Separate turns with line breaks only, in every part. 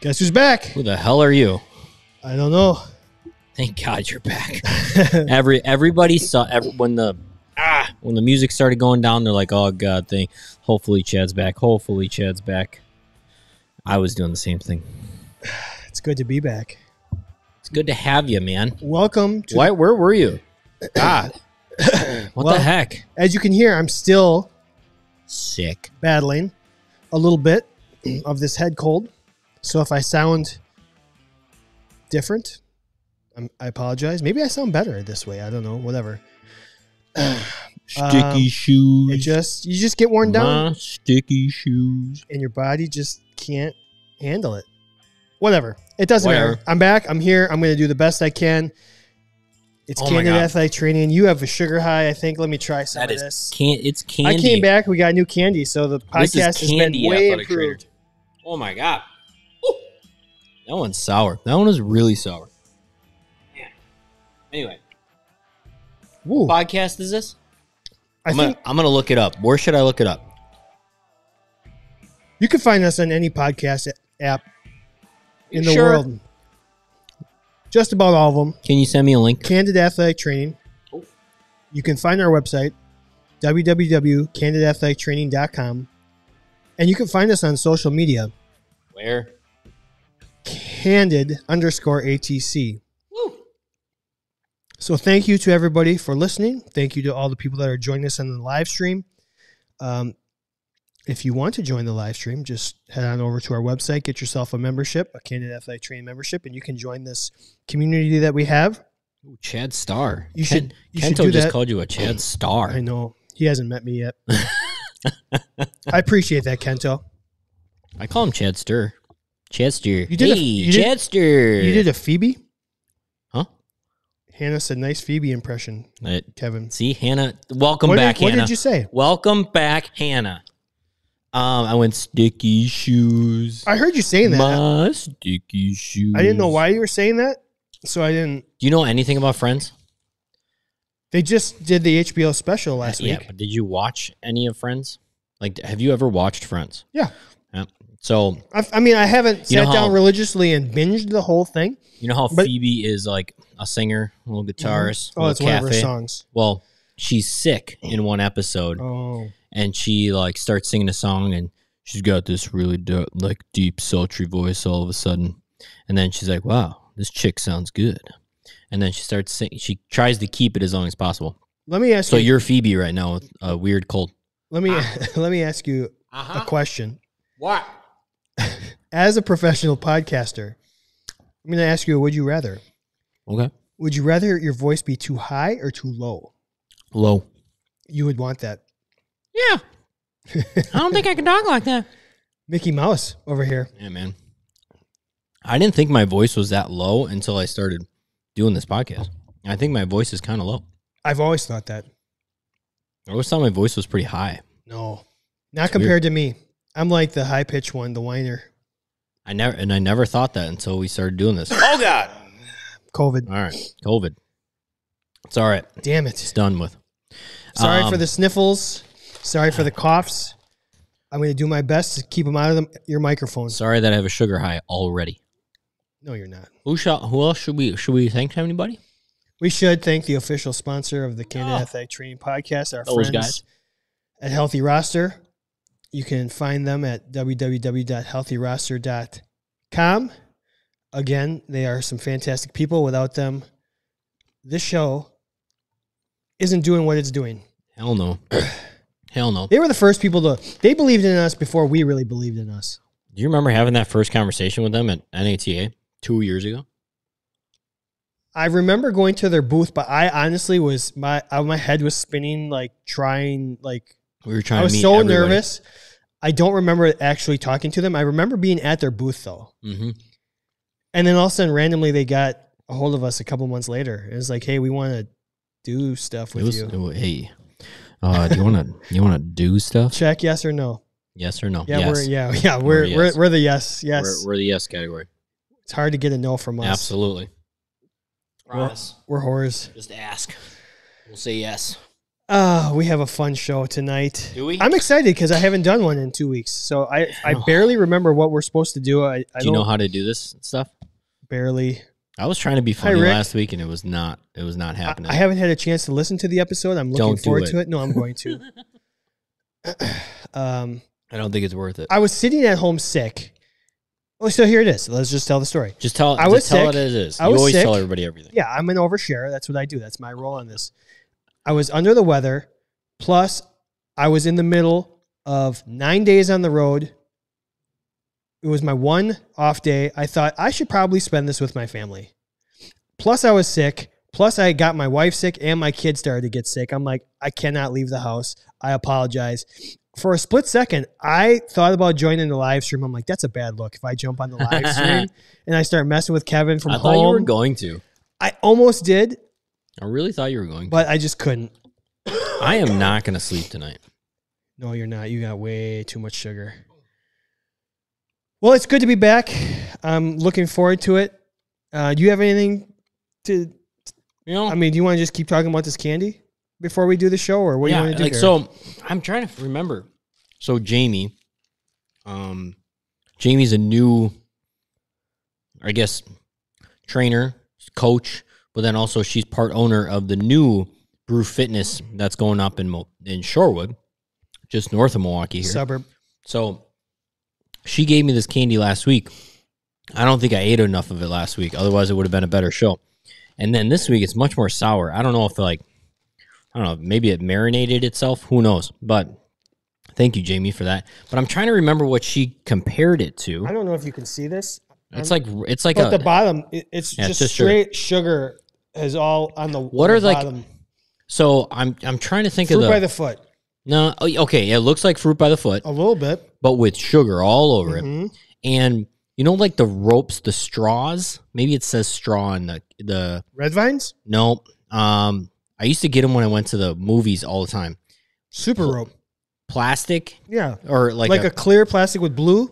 Guess who's back?
Who the hell are you?
I don't know.
Thank God you're back. Every everybody saw every, when the ah when the music started going down. They're like, oh God, thing. Hopefully Chad's back. Hopefully Chad's back. I was doing the same thing.
It's good to be back.
It's good to have you, man.
Welcome to
Why? Where were you?
God.
What
Well-
the heck?
As you can hear, I'm still
Sick.
battling a little bit of this head cold. So if I sound different, I'm, I apologize. Maybe I sound better this way. I don't know. Whatever.
Sticky
Um,
shoes.
It just you just get worn down.
My sticky shoes.
and your body just can't handle it. Whatever. It doesn't matter.
Whatever.
I'm back. I'm here. I'm going to do the best I can. It's
Oh my
Candid
God.
Athletic Training. You have a sugar high, I think. Let me try some
That
of
is
this.
can. It's candy.
I came back. We got new candy. So the
This is
podcast has been
candy
way
athletic trainer.
improved.
Oh my god. Woo. That one's sour. That one is really sour. Man. Anyway,
Woo.
podcast is this?
I
am gonna,
think
I'm gonna look it up. Where should I look it up?
you can find us on any podcast a- app in the
Sure.
world. Just about all of them.
Can you send me a link?
Candid Athletic Training.
Oh.
You can find our website, www.candidathletictraining.com. And you can find us on social media,
Where?
candid underscore ATC. So thank you to everybody for listening. Thank you to all the people that are joining us on the live stream. Um, if you want to join the live stream, just head on over to our website, get yourself a membership, a Candid Athletic Training membership, and you can join this community that we have.
Ooh, Chad Star.
You should- you should
Kento
do
just
that.
called you a Chad
I
Star.
know. He hasn't met me yet. I appreciate that, Kento.
I call him Chad Stir. Chad Stir.
You did a-
hey,
you did-
Chad Stir.
You did a Phoebe?
Huh?
Hannah said, nice Phoebe impression,
Uh,
Kevin.
see, Hannah. Welcome
what
back,
did, what
Hannah.
did you say?
Welcome back, Hannah. Um, I went sticky shoes.
I heard you saying that.
My sticky shoes.
I didn't know why you were saying that, so I didn't.
Do you know anything about Friends?
They just did the HBO special last
yeah,
week.
but did you watch any of Friends? Like, have you ever watched Friends?
Yeah.
Yeah. So
I, I mean, I haven't
You know
sat down
how-
religiously and binged the whole thing.
you know how
But-
Phoebe is like a singer, a little guitarist,
Oh,
little
it's one of her
cafe?
songs.
Well, she's sick in one episode,
Oh,
and she like starts singing a song, and she's got this really du- like deep, sultry voice all of a sudden, and then she's like, "Wow, this chick sounds good," and then she starts singing. She tries to keep it as long as possible.
let me ask
So Ah.
you.
you're Phoebe right now with a weird cold.
Let me let me ask you
Ah.
a question.
Uh-huh. What?
As a professional podcaster, I'm going to ask you: Would you rather?
Okay.
Would you rather your voice be too high or too low?
Low.
You would want that.
Yeah. I don't think I can talk like that.
Mickey Mouse over here.
Yeah, man. I didn't think my voice was that low until I started doing this podcast. I think my voice is kind of low.
I've always thought that.
I always thought my voice was pretty high.
No, not
It's
compared to me. I'm like the high pitched one, the whiner.
I never and I never thought that until we started doing this. All
COVID.
right, COVID. It's all right.
Damn
It's
it.
done with.
Sorry for
Um,
the sniffles. Sorry for the coughs. I'm going to do my best to keep them out of them, your microphones.
Sorry that I have a sugar high already.
No, you're not.
Who shall, Who else should we? Should we thank anybody?
We should thank the official sponsor of the Candid
Oh.
Athletic Training Podcast, our
Those
friends
guys.
at Healthy Roster. You can find them at www.healthyroster.com. Again, they are some fantastic people. Without them, this show isn't doing what it's doing.
Hell no. Hell no.
They were the first people to. They believed in us before we really believed in us.
Do you remember having that first conversation with them at NATA two years ago?
I remember going to their booth, but I honestly was my I, my head was spinning, like trying, like
We were trying.
I
to
was
meet
so
everybody.
nervous. I don't remember actually talking to them. I remember being at their booth though,
hmm
and then all of a sudden, randomly, they got a hold of us a couple months later. It was like, hey, we want to do stuff
It
with
was,
you.
it wa- hey, uh, do you want to you want to do stuff?
Check yes or no.
Yes or no?
Yeah,
yes.
we're yeah yeah we're
yes.
we're, we're the yes yes.
We're, we're the yes category.
it's hard to get a no from us.
Absolutely.
We're, we're whores.
Just ask. We'll say yes.
Uh, we have a fun show tonight.
Do we?
I'm excited because I haven't done one in two weeks, so I, I barely remember what we're supposed to do. I, I
do you know
don't
how to do this stuff?
barely.
I was trying to be funny
Rick.
last week and it was not. It was not
I,
happening.
I haven't had a chance to listen to the episode. I'm looking
Don't do
forward
it.
to it. No, I'm going to. um,
I don't think it's worth it.
I was sitting at home sick. Oh, so here it is. Let's just tell the story.
just tell.
I
just
was
tell
sick.
it as it is.
I
you
was
always
sick.
tell everybody everything.
Yeah, I'm an oversharer. That's what I do. That's my role on this. I was under the weather. Plus, I was in the middle of nine days on the road. It was my one off day. I thought I should probably spend this with my family. Plus, I was sick. Plus, I got my wife sick and my kids started to get sick. I'm like, I cannot leave the house. I apologize. For a split second, I thought about joining the live stream. I'm like, that's a bad look. If I jump on the live stream and I start messing with Kevin from
I
home,
thought you were going to.
I almost did,
I really thought you were going. to.
but I just couldn't.
I am not going to sleep tonight.
No, you're not. You got way too much sugar. Well, it's good to be back. I'm looking forward to it. Uh, do you have anything to?
You know,
I mean, do you want to just keep talking about this candy before we do the show, or what do you want to do?
like
here?
so i'm trying to remember so jamie um jamie's a new i guess trainer coach but then also she's part owner of the new brew fitness that's going up in Mo- in shorewood just north of milwaukee here
suburb.
so she gave me this candy last week. I don't think I ate enough of it last week. Otherwise, it would have been a better show. And then this week, it's much more sour. I don't know if like, I don't know, maybe it marinated itself. Who knows? But thank you, Jamie, for that. But I'm trying to remember what she compared it to.
I don't know if you can see this,
It's like it's like
but
a
the bottom it, it's
Yeah,
just,
it's just sugar.
straight sugar. is all on the
What
on
are,
the
like,
bottom.
so I'm I'm trying to think
fruit
of the,
by the foot
no oh, okay it looks like fruit by the foot
a little bit.
but with sugar all over it.
Mhm.
and you know like the ropes the straws maybe it says straw in the the
Red vines,
no um i used to get them when i went to the movies all the time
super rope.
plastic
Yeah,
or like,
like, a,
a,
clear plastic with blue.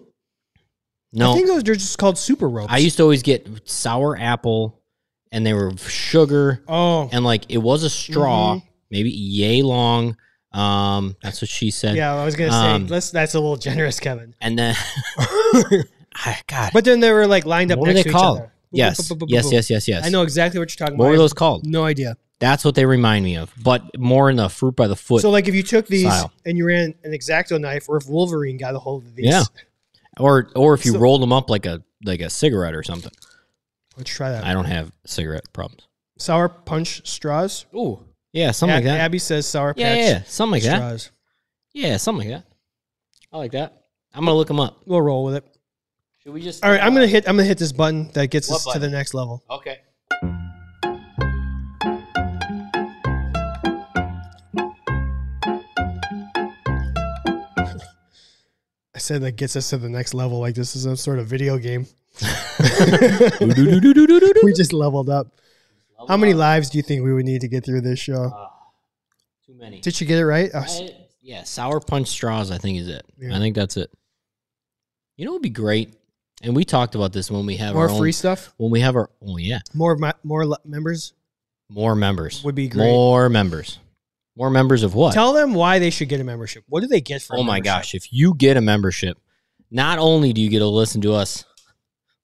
no
I
I,
think those are just called super ropes.
used to always get sour apple and they were sugar
Oh,
and like it was a straw
Mm-hmm.
maybe yay long um that's what she said
yeah. I was gonna say
Um,
let's, that's a little generous, Kevin.
and then I, god
But then they were like lined up
what were
next
they
to each
called
other.
yes
Boop, boop, boop, boop,
yes
boop.
yes yes yes
I know exactly what you're talking
what
about.
were
I
those
have
called
No idea.
That's what they remind me of, but more in the fruit by the foot.
so like if you took these
style.
and you ran an exacto knife, or if Wolverine got a hold of these,
Yeah. or or if you
so-
rolled them up like a like a cigarette or something.
Let's try that.
I don't have cigarette problems.
sour punch straws.
Ooh, yeah, something like
Ab-
that.
Abby says sour
yeah,
patch
yeah, yeah, something like that.
straws.
Yeah, something like that. I like that. I'm gonna look them up.
We'll roll with it.
Should we just?
All right, I'm gonna hit. I'm gonna hit this button that gets
What
us to the next level.
Okay.
I said that gets us to the next level. Like this is some sort of video game. we just leveled up. How many lives do you think we would need to get through this show?
Too many.
Did you get it right? Oh, s-
Uh, I, yeah, sour punch straws. I think is it.
Yeah.
I think that's it. You know, it'd be great, and we talked about this when we have
more
our own-
free stuff.
when we have our. Oh yeah,
More of my, more le- members
more members.
would be great.
More members. More members of what?
Tell them why they should get a membership. What do they get for? a
oh my
membership?
gosh, if you get a membership, not only do you get to listen to us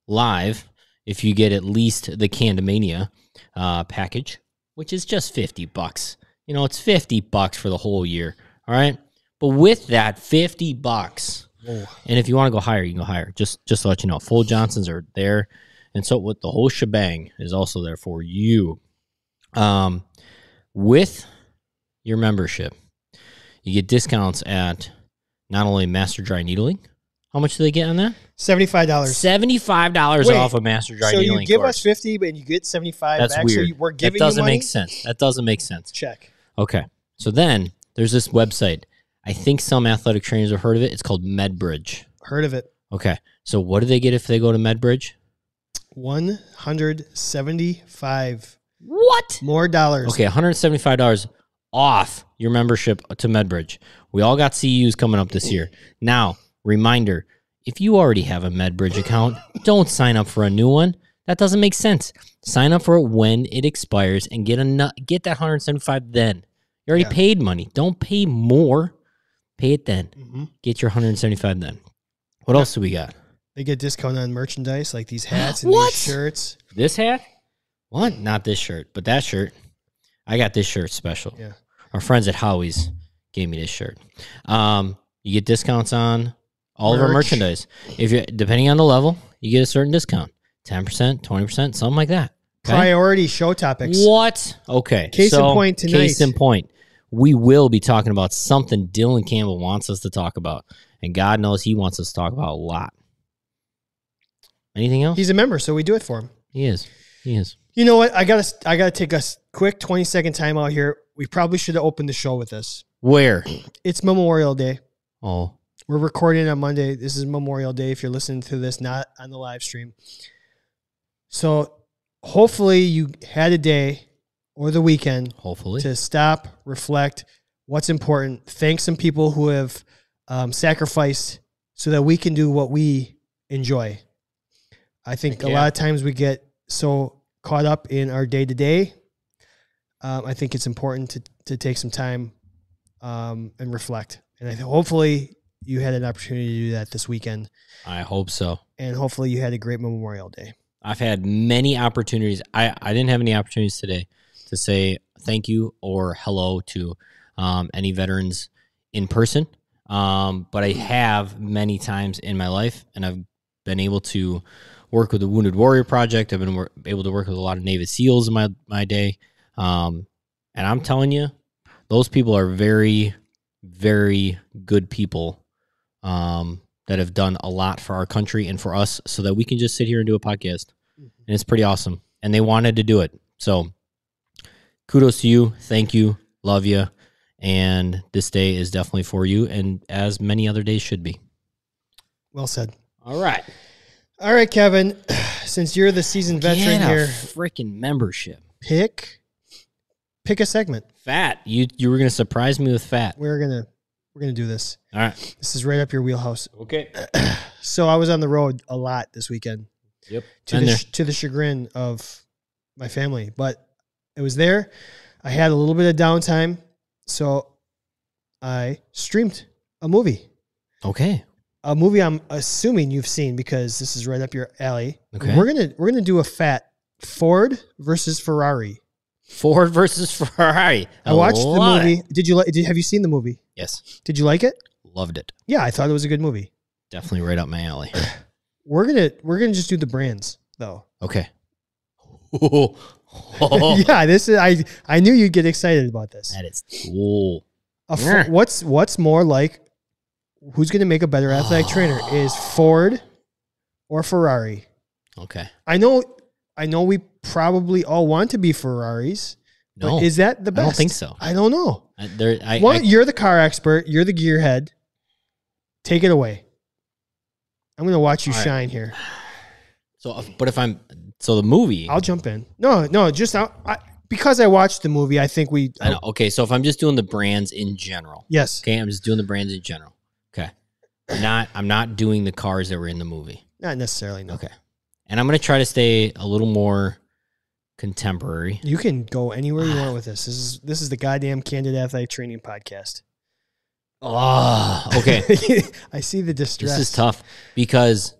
live, if you get at least the Candemania uh, package, which is just 50 bucks. You know, it's 50 bucks for the whole year. All right. But with that 50 bucks,
Whoa.
and if you want to go higher, you can go higher. Just just to let you know, full Johnsons are there, and so what the whole shebang is also there for you. Um, with your membership, you get discounts at not only Master Dry Needling. How much do they get on that?
Seventy-five dollars.
Seventy five dollars
Wait,
off of Master Dry
So
Needling.
you give
course.
us fifty, but you get seventy-five.
That's
back, So
weird.
you, we're
that
giving
doesn't
you money?
make sense. That doesn't make sense.
Check.
Okay, so then there's this website. I think some athletic trainers have heard of it. It's called MedBridge.
Heard of it?
Okay, so what do they get if they go to MedBridge?
One hundred seventy-five
What?
more dollars.
Okay, $175 off your membership to MedBridge. We all got CUs coming up this year. Now, reminder if you already have a MedBridge account, don't sign up for a new one. That doesn't make sense. Sign up for it when it expires and get a nu- get that 175 then. You already
Yeah.
paid money. Don't pay more. Pay it then.
Mm-hmm.
Get your 175 then. What else do we got?
They get discount on merchandise like these hats and
What?
these shirts.
This hat? What? Not this shirt, but that shirt. I got this shirt special.
Yeah.
Our friends at Howie's gave me this shirt. Um, you get discounts on all of our
Merch.
merchandise. If you depending on the level, you get a certain discount. 10%, 20%, something like that. Okay?
Priority show topics.
What? Okay.
Case in
so,
point
Case
tonight.
in point. We will be talking about something Dylan Campbell wants us to talk about. And God knows he wants us to talk about a lot. Anything else?
He's a member, so we do it for him.
he is. He is.
You know what? I gotta I gotta take a s- quick twenty second time out here. We probably should have opened the show with this.
Where?
It's Memorial Day.
Oh.
We're recording on Monday. This is Memorial Day. If you're listening to this, not on the live stream. So hopefully you had a day or the weekend
Hopefully.
to stop, reflect, what's important, thank some people who have um, sacrificed so that we can do what we enjoy. I think a
Yeah.
lot of times we get so caught up in our day to day. I think it's important to, to take some time um, and reflect. And I think hopefully you had an opportunity to do that this weekend.
I hope so.
And hopefully you had a great Memorial Day.
I've had many opportunities. I, I didn't have any opportunities today to say thank you or hello to um, any veterans in person. Um, but I have many times in my life, and I've been able to work with the Wounded Warrior Project. I've been wor- able to work with a lot of Navy SEALs in my, my day. Um, and I'm telling you, those people are very, very good people um, that have done a lot for our country and for us so that we can just sit here and do a podcast. And it's pretty awesome. And they wanted to do it. So kudos to you. Thank you. Love you. And this day is definitely for you, and as many other days should be.
Well said.
All right.
All right, Kevin, since you're the seasoned veteran
Get a
here,
freaking membership.
pick pick a segment.
Fat. You you were gonna surprise me with fat.
we're gonna we're gonna do this.
All right.
This is right up your wheelhouse.
Okay.
So I was on the road a lot this weekend
Yep.
to
Been
the
there.
sh- to the chagrin of my family, but it was there. I had a little bit of downtime, so I streamed a movie.
Okay.
A movie I'm assuming you've seen because this is right up your alley.
Okay.
We're gonna we're gonna do a fat Ford versus Ferrari.
Ford versus Ferrari.
I watched the
love
movie.
it.
Did you like? Did, have you seen the movie?
Yes.
Did you like it?
Loved it.
Yeah, I thought it was a good movie.
Definitely right up my alley.
We're gonna we're gonna just do the brands though.
Okay. Oh, oh.
yeah, this is I I knew you'd get excited about this.
That is cool.
A F-
Yeah.
What's what's more like who's gonna make a better athletic trainer is Ford or Ferrari?
Okay.
I know I know we probably all want to be Ferraris,
No,
but is that the
I
best?
don't think so.
I don't know.
I, there, I,
Well,
I,
you're the car expert. You're the gearhead. Take it away. I'm gonna watch you
All right.
shine here.
so, if- but if I'm so the movie.
I'll jump in. No, no, just I, I, because I watched the movie. I think we.
I know, okay, so if I'm just doing the brands in general,
Yes.
okay, I'm just doing the brands in general. Okay, I'm not I'm not doing the cars that were in the movie.
Not necessarily. No.
Okay, and I'm gonna try to stay a little more contemporary.
You can go anywhere
Ah.
you want with this. This is this is the goddamn candid athletic training podcast.
Oh, okay.
I see the distress.
This is tough because,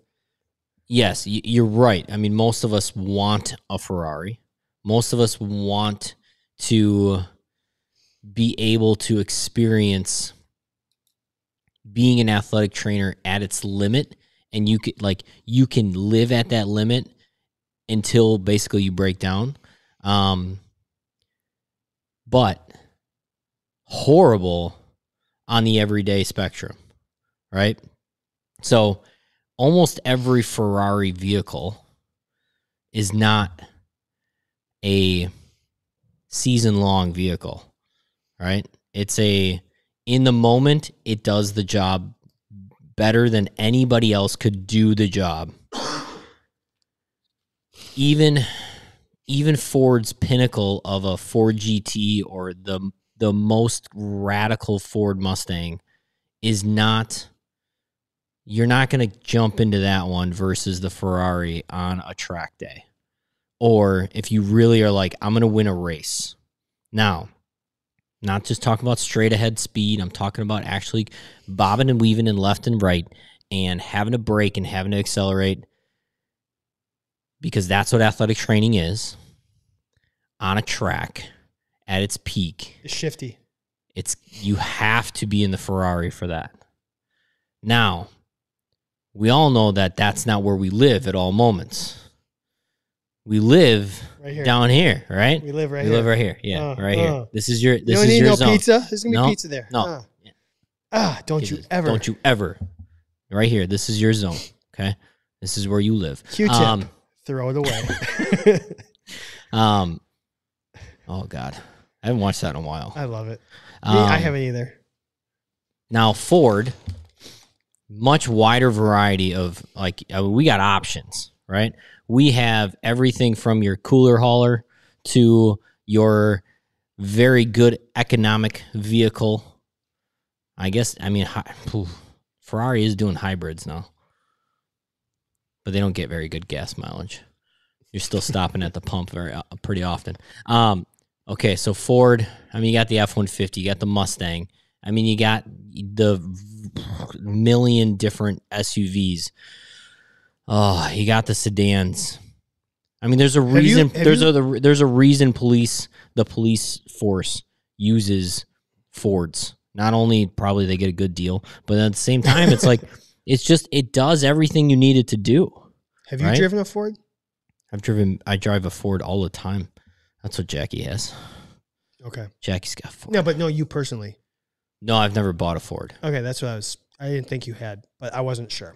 yes, y- you're right. I mean, most of us want a Ferrari. Most of us want to be able to experience being an athletic trainer at its limit, and you could like you can live at that limit until basically you break down. Um, but horrible on the everyday spectrum, right? So almost every Ferrari vehicle is not a season long vehicle, right? It's a in the moment it does the job better than anybody else could do the job. Even even Ford's pinnacle of a Ford GT or the the most radical Ford Mustang is not you're not going to jump into that one versus the Ferrari on a track day. Or if you really are like, I'm going to win a race. Now, Not just talking about straight ahead speed. I'm talking about actually bobbing and weaving and left and right and having to brake and having to accelerate because that's what athletic training is on a track at its peak.
It's shifty.
It's you have to be in the Ferrari for that. Now, we all know that that's not where we live at all moments. We live
Right here.
down here, right?
we live right
we
here.
live right here. Yeah,
Uh,
right
uh.
here. This is your
you
this
don't
is
need
your
no
zone.
pizza. There's gonna be
No,
pizza there.
no.
Ah. Ah, don't you ever.
Don't you ever. Right here. This is your zone. Okay. This is where you live.
Q-tip.
Um,
throw it away.
um Oh God. I haven't watched that in a while.
I love it. Uh, Me,
Um,
I haven't either.
Now Ford, much wider variety of like I mean, we got options, right? We have everything from your cooler hauler to your very good economic vehicle. I guess I mean hi, phew, Ferrari is doing hybrids now, but they don't get very good gas mileage. You're still stopping at the pump very uh, pretty often. Um, okay, so Ford. I mean, you got the F one fifty, you got the Mustang. I mean, you got the million different SUVs. Oh, you got the sedans. I mean, there's a
you-
reason.
have
there's
you-
a the, there's a reason police the police force uses Fords. Not only probably they get a good deal, but at the same time, it's like it's just it does everything you need it to do.
Have you
right?
driven a Ford?
I've driven I drive a Ford all the time. That's what Jackie has.
Okay.
Jackie's got Ford.
No, but no, you personally.
No, I've never bought a Ford.
Okay, that's what I was. I didn't think you had, but I wasn't sure.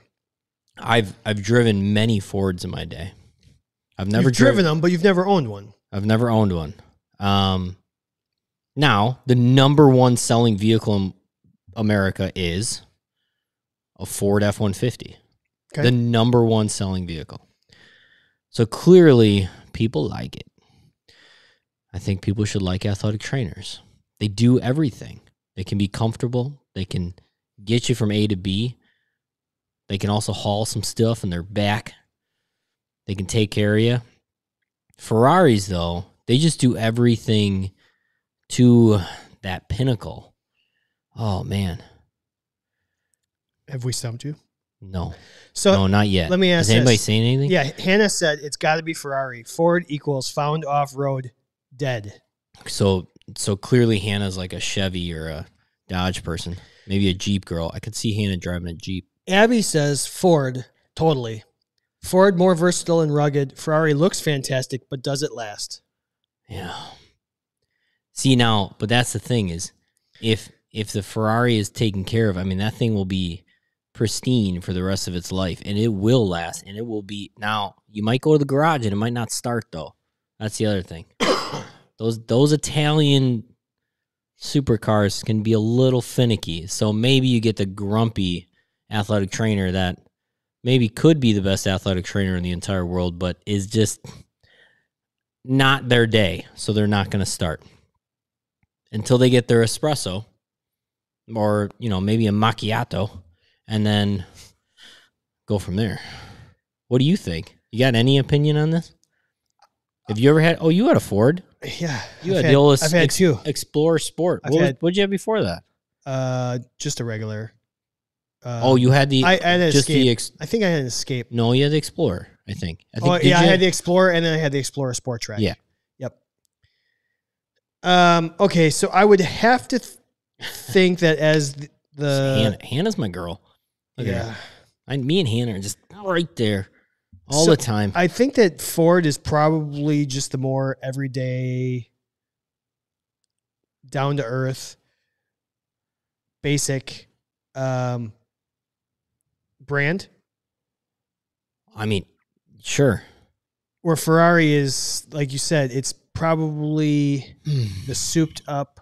I've I've driven many Fords in my day. I've never
you've driven them, but you've never owned one.
I've never owned one. Um, now the number one selling vehicle in America is a Ford F one fifty.
Okay.
The number one selling vehicle. So clearly, people like it. I think people should like athletic trainers. They do everything. They can be comfortable. They can get you from A to B. They can also haul some stuff in their back. They can take care of you. Ferraris, though, they just do everything to that pinnacle. Oh, man.
Have we stumped you?
No.
So
no, not yet.
let me ask
Has anybody
this.
seen anything?
yeah, Hannah said it's got to be Ferrari. Ford equals found off road dead.
So, so clearly Hannah's like a Chevy or a Dodge person, maybe a Jeep girl. I could see Hannah driving a Jeep.
Abby says Ford totally. Ford more versatile and rugged. Ferrari looks fantastic, but does it last?
Yeah. See now, but that's the thing is, if if the Ferrari is taken care of, I mean that thing will be pristine for the rest of its life, and it will last, and it will be. Now you might go to the garage, and it might not start though. That's the other thing. those those Italian supercars can be a little finicky, so maybe you get the grumpy athletic trainer that maybe could be the best athletic trainer in the entire world, but is just not their day, so they're not going to start until they get their espresso or, you know, maybe a macchiato and then go from there. What do you think? You got any opinion on this? Have you ever had Oh, you had a Ford
Yeah,
You
I've
had the oldest
I've had
ex-
two.
Explorer Sport.
I've
What was,
had-
what'd you have before that?
Uh, just a regular. Uh,
oh, you had the
I, I had an
just
escape.
the ex-
I think I had an escape.
No, you had the Explorer, I think. I think
oh
did
yeah, I
you?
had the Explorer and then I had the Explorer Sport Track.
Yeah.
Yep. Um. Okay, so I would have to th- think that as the, the
Hannah, Hannah's my girl. Look at her.
yeah,
I, me and Hannah are just right there all
So,
the time.
I think that Ford is probably just the more everyday, down to earth, basic, um, brand.
I mean, sure.
Where Ferrari is, like you said, it's probably the souped up,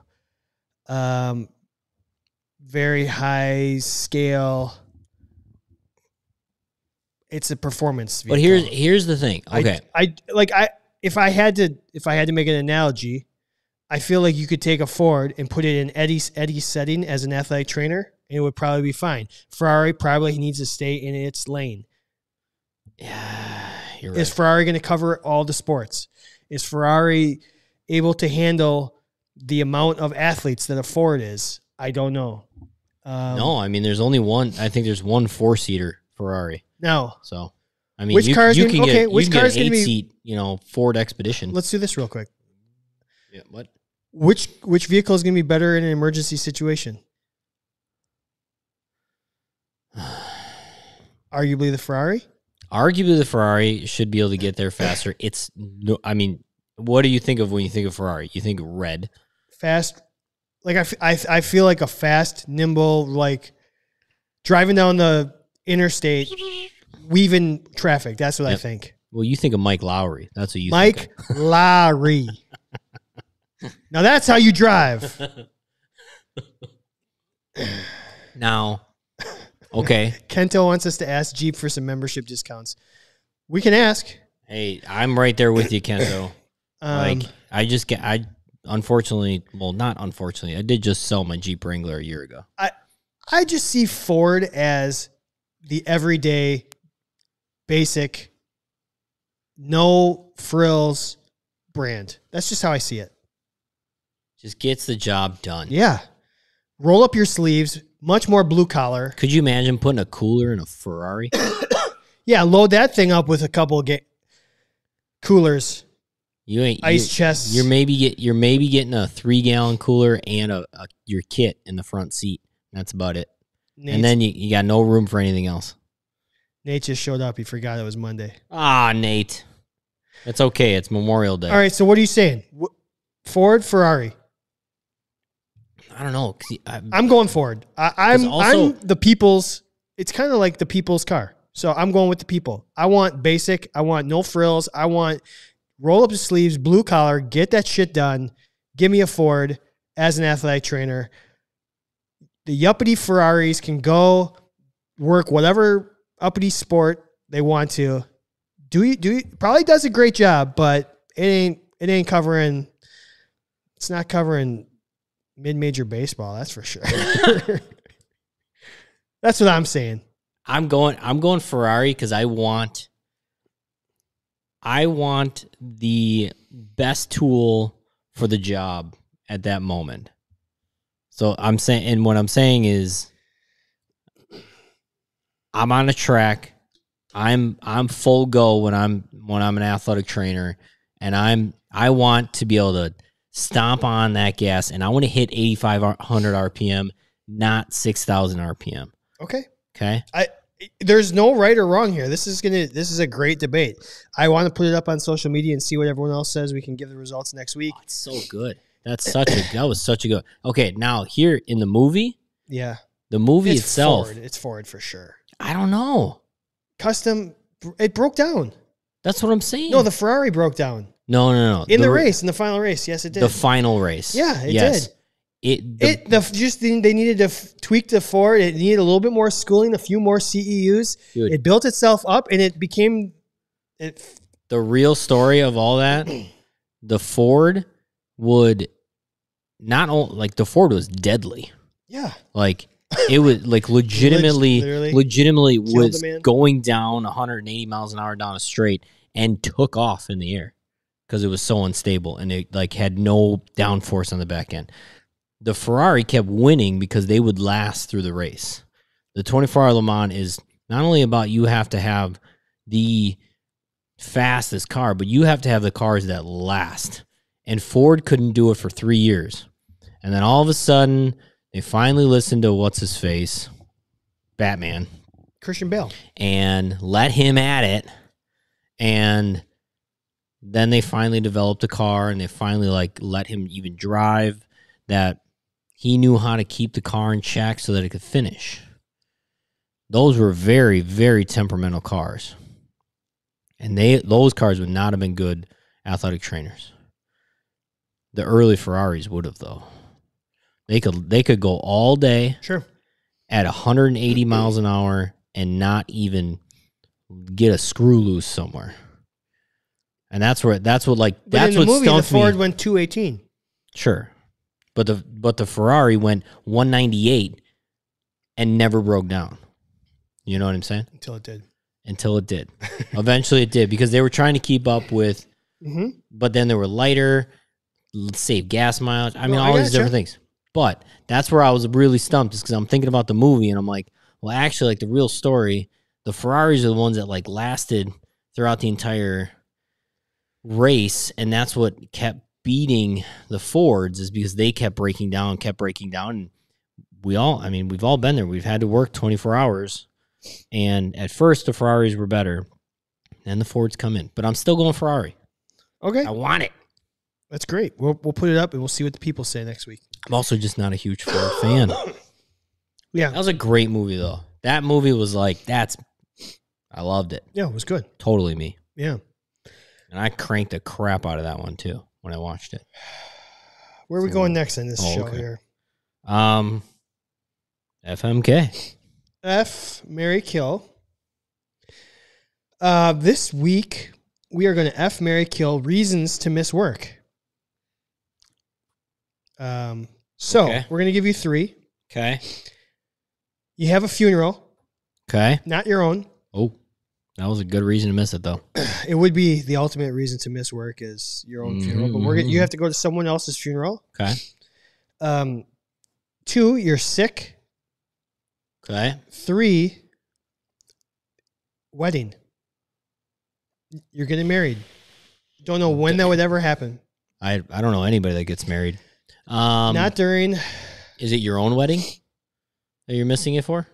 um, very high scale. It's a performance.
But
vehicle.
here's here's the thing.
I-
Okay,
I, like I if I had to if I had to make an analogy, I feel like you could take a Ford and put it in Eddie's Eddie's setting as an athletic trainer, and it would probably be fine. Ferrari probably needs to stay in its lane.
yeah, you're
Is
right.
Ferrari going to cover all the sports? Is Ferrari able to handle the amount of athletes that a Ford is, I don't know. Um,
no, I mean, there's only one. I think there's one four seater Ferrari.
Now,
So, I mean,
Which
you,
car is
you
gonna-
can
okay,
get,
which
you can
car
get
is
an
gonna
eight
be-
seat, you know, Ford Expedition.
let's do this real quick.
yeah, what?
Which which vehicle is going to be better in an emergency situation? Arguably the Ferrari.
Arguably, the Ferrari should be able to get there faster. It's no, I mean, what do you think of when you think of Ferrari? You think red.
fast like I, f- I, I feel like a fast nimble like driving down the interstate weaving traffic that's what i
Yep.
think
Well, you think of Mike Lowry. That's what you
mike lowry now that's how you drive
think. of. now, okay.
kento wants us to ask jeep for some membership discounts we can ask
Hey, I'm right there with you, Kento.
um,
Like, I just get, I unfortunately, well, not unfortunately, I did just sell my Jeep Wrangler a year ago.
i just see ford as the everyday basic no frills brand that's just how i see it
Just gets the job done.
Yeah. Roll up your sleeves, much more blue collar.
Could you imagine putting a cooler in a Ferrari?
Yeah, load that thing up with a couple of ga- coolers,
You ain't you-
ice chests.
You're maybe get you're maybe getting a three gallon cooler and a, a your kit in the front seat. That's about it.
Nate,
And then you, you got no room for anything else.
Nate just showed up. He forgot it was Monday.
Ah, Nate. That's okay. It's Memorial Day.
All right, so what are you saying? Wh- Ford, Ferrari.
I don't know. 'cause I,
I'm going Ford. I, I'm
'Cause also-
I'm the people's. It's kind of like the people's car. So I'm going with the people. I want basic. I want no frills. I want roll up the sleeves, blue collar, get that shit done. Give me a Ford as an athletic trainer. The yuppity Ferraris can go work whatever uppity sport they want to. Do you do you, probably does a great job, but it ain't it ain't covering. It's not covering mid-major baseball. That's for sure. that's what I'm saying.
I'm going. I'm going Ferrari because I want. I want the best tool for the job at that moment. So I'm saying, and what I'm saying is, I'm on a track. I'm I'm full go when I'm when I'm an athletic trainer, and I'm I want to be able to stomp on that gas, and I want to hit 8,500 RPM, not 6,000 RPM.
Okay.
Okay.
There's no right or wrong here. This is gonna. This is a great debate. I want to put it up on social media and see what everyone else says. We can give the results next week.
Oh, it's so good. That's such a that was such a good. Okay, now here in the movie,
Yeah,
the movie
it's
itself,
Ford. It's Ford for sure.
I don't know.
Custom. It broke down.
That's what I'm saying.
No, the Ferrari broke down
no, no, no.
in the, race in the final race. Yes, it did.
the final race.
Yeah, it did.
It, the,
it the just the, they needed to f- tweak the Ford. It needed a little bit more schooling, a few more CEUs.
dude,
It built itself up, and it became. It
the real story of all that. The Ford would not only like the Ford was deadly.
yeah.
Like it was like legitimately,
literally
legitimately
killed
was
the man.
going down 180 miles an hour down a straight and took off in the air because it was so unstable and it like had no downforce on the back end. The Ferrari kept winning because they would last through the race. The 24 hour Le Mans is not only about you have to have the fastest car, but you have to have the cars that last. And Ford couldn't do it for three years. And then all of a sudden, they finally listened to what's his face, Batman,
Christian Bale.
and let him at it. And then they finally developed a car and they finally like let him even drive that he knew how to keep the car in check so that it could finish. Those were very, very temperamental cars. And they those cars would not have been good athletic trainers. The early Ferraris would have though. They could they could go all day
Sure.
at 180 miles an hour and not even get a screw loose somewhere. And that's where that's what like
But
that's
in the
what
movie, the
stumped
Ford
me.
went 218.
Sure, but the but the Ferrari went 198 and never broke down. You know what I'm saying?
Until it did.
Until it did. Eventually, it did because they were trying to keep up with
Mm-hmm.
but then they were lighter. save gas mileage. I mean,
No, I
all these
gotcha.
different things. But that's where I was really stumped, is because I'm thinking about the movie and I'm like, well, actually, like the real story, the Ferraris are the ones that like lasted throughout the entire race, and that's what kept beating the Fords is because they kept breaking down, kept breaking down, and we all, I mean, we've all been there. We've had to work 24 hours, and at first the Ferraris were better, then the Fords come in, but I'm still going Ferrari.
Okay,
I want it.
that's great. We'll we'll put it up and we'll see what the people say next week.
I'm also just not a huge Ford fan. That
Yeah,
was a great movie though. That movie was like that's I loved it.
yeah, it was good.
Totally me.
Yeah,
And I cranked the crap out of that one too when I watched it.
where are we going next in this
Oh,
show
okay.
here?
Um FMK.
F Mary Kill. Uh, this week we are going to F Mary Kill reasons to miss work. Um, so
Okay.
we're going to give you three.
Okay.
You have a funeral,
Okay.
not your own.
Oh. That was a good reason to miss it though.
It would be the ultimate reason to miss work is your own funeral, but we're gonna, you
Mhm.
have to go to someone else's funeral.
Okay.
Um, two, you're sick.
Okay.
Three, wedding. You're getting married. Don't know when that would ever happen.
I I don't know anybody that gets married. Um
Not during
is it your own wedding that you're missing it for?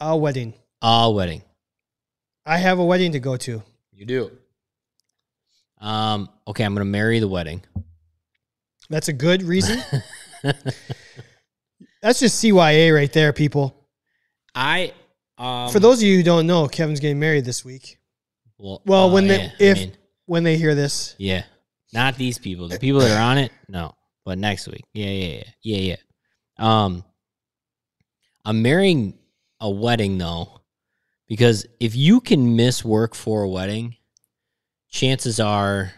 a wedding.
A wedding.
I have a wedding to go to.
You do. Um okay, I'm going to marry the wedding.
That's a good reason. That's just CYA right there, people.
I um
For those of you who don't know, Kevin's getting married this week.
Well,
Well,
uh,
when the-
yeah,
if-
I mean,
When they hear this,
yeah, not these people, the people that are on it, no, but next week, yeah, yeah, yeah, yeah, yeah. Um, I'm marrying a wedding though, because if you can miss work for a wedding, chances are,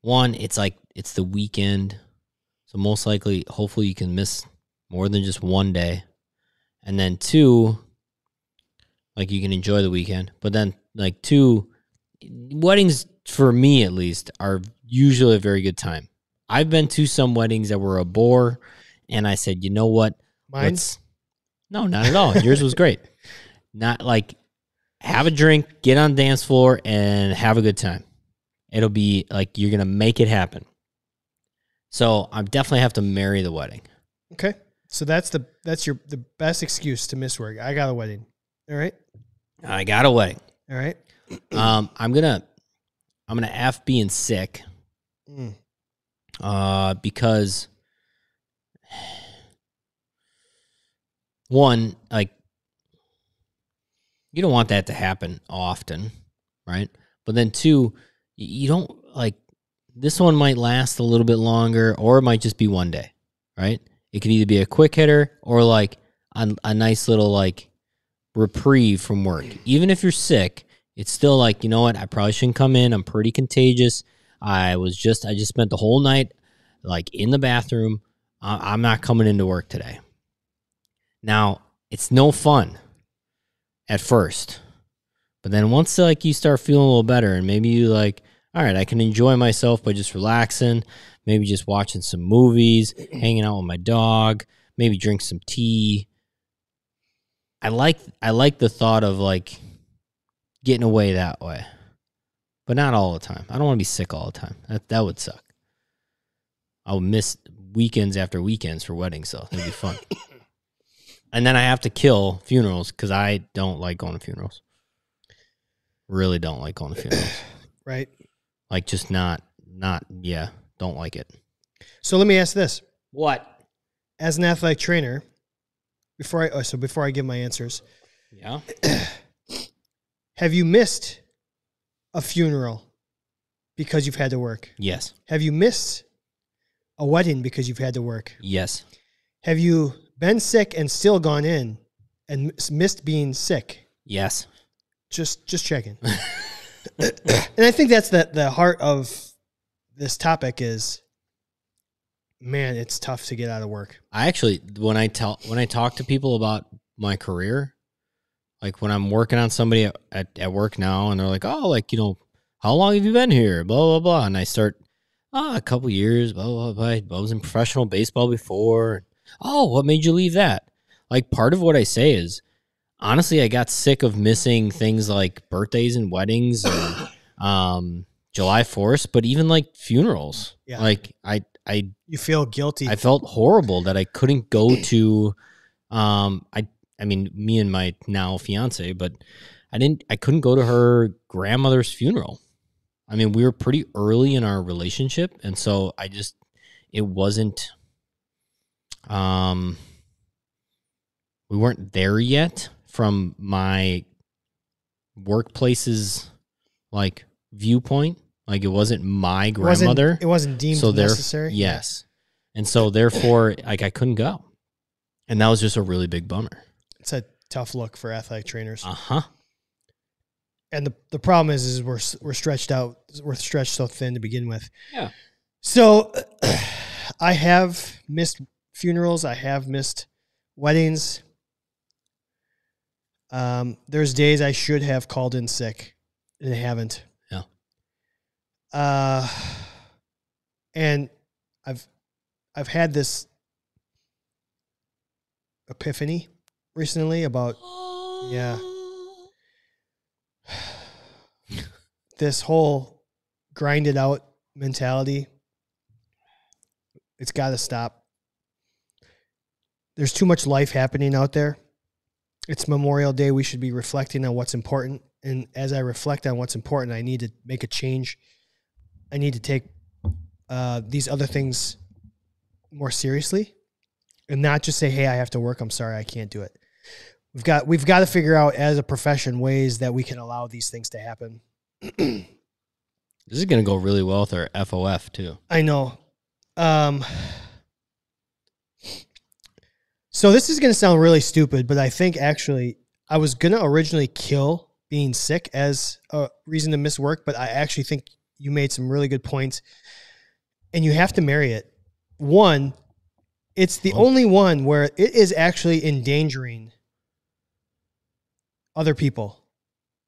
one, it's like it's the weekend, so most likely, hopefully, you can miss more than just one day, and then two, like you can enjoy the weekend, but then like two weddings for me at least are usually a very good time. I've been to some weddings that were a bore, and I said, you know what?
mine.
Let's- no, not at all. Yours was great. Not like have a drink, get on dance floor, and have a good time. It'll be like you're gonna make it happen. So I definitely have to marry the wedding.
Okay. So that's the that's your the best excuse to miss work. I got a wedding. All right.
I got a wedding.
All right.
Um, I'm gonna I'm gonna f being sick.
Mm.
uh, because one, like you don't want that to happen often, right? But then two, y- you don't like this one might last a little bit longer, or it might just be one day, right? It could either be a quick hitter or like a, a nice little like reprieve from work. Even if you're sick, it's still like you know what? I probably shouldn't come in. I'm pretty contagious. I was just I just spent the whole night like in the bathroom. I- I'm not coming into work today. Now it's no fun at first, but then once like you start feeling a little better and maybe you like, all right, I can enjoy myself by just relaxing, maybe just watching some movies, hanging out with my dog, maybe drink some tea. I like I like the thought of like getting away that way but not all the time. I don't want to be sick all the time. That that would suck. I'll miss weekends after weekends for weddings, so it'd be fun. and then I have to kill funerals because I don't like going to funerals. Really don't like going to funerals.
Right.
like just not not yeah, don't like it.
So let me ask this:
What?
as an athletic trainer, before I oh, so before I give my answers,
Yeah.
have you missed a funeral because you've had to work?
Yes.
Have you missed a wedding because you've had to work?
Yes.
Have you been sick and still gone in and mis- missed being sick?
Yes.
Just just checking. and I think that's the the heart of this topic is man, it's tough to get out of work.
I actually when I tell when I talk to people about my career, like when I'm working on somebody at, at, at work now and they're like, Oh, like, you know, how long have you been here? Blah blah blah. And I start ah, a couple years, blah, blah, blah, blah. I was in professional baseball before. Oh, what made you leave that? Like, part of what I say is honestly, I got sick of missing things like birthdays and weddings and um, July 4th, but even like funerals.
Yeah.
Like, I, I,
You feel guilty.
I felt horrible that I couldn't go to, um, I, I mean, me and my now fiance, but I didn't, I couldn't go to her grandmother's funeral. I mean, we were pretty early in our relationship, and so I just, it wasn't, um, we weren't there yet from my workplace's like viewpoint. Like it wasn't my
It wasn't-
grandmother.
It wasn't deemed
So there-
necessary.
Yes. And so therefore like I couldn't go. And that was just a really big bummer.
It's a tough look for athletic trainers.
Uh-huh.
and the, the problem is, is we're s- we're stretched out. We're stretched so thin to begin with.
Yeah.
So, I have missed funerals. I have missed weddings. Um, there's days I should have called in sick, and I haven't.
Yeah.
Uh, and I've I've had this epiphany recently about Yeah. this whole grind it out mentality. It's got to stop. There's too much life happening out there. It's Memorial Day. We should be reflecting on what's important. And as I reflect on what's important, I need to make a change. I need to take uh, these other things more seriously and not just say, hey, I have to work. I'm sorry, I can't do it. We've got we've got to figure out as a profession ways that we can allow these things to happen.
This is going to go really well with our FOF too.
I know. Um, so this is going to sound really stupid, but I think actually I was going to originally kill being sick as a reason to miss work, but I actually think you made some really good points. And you have to marry it. One, it's the
Well-
only one where it is actually endangering other people,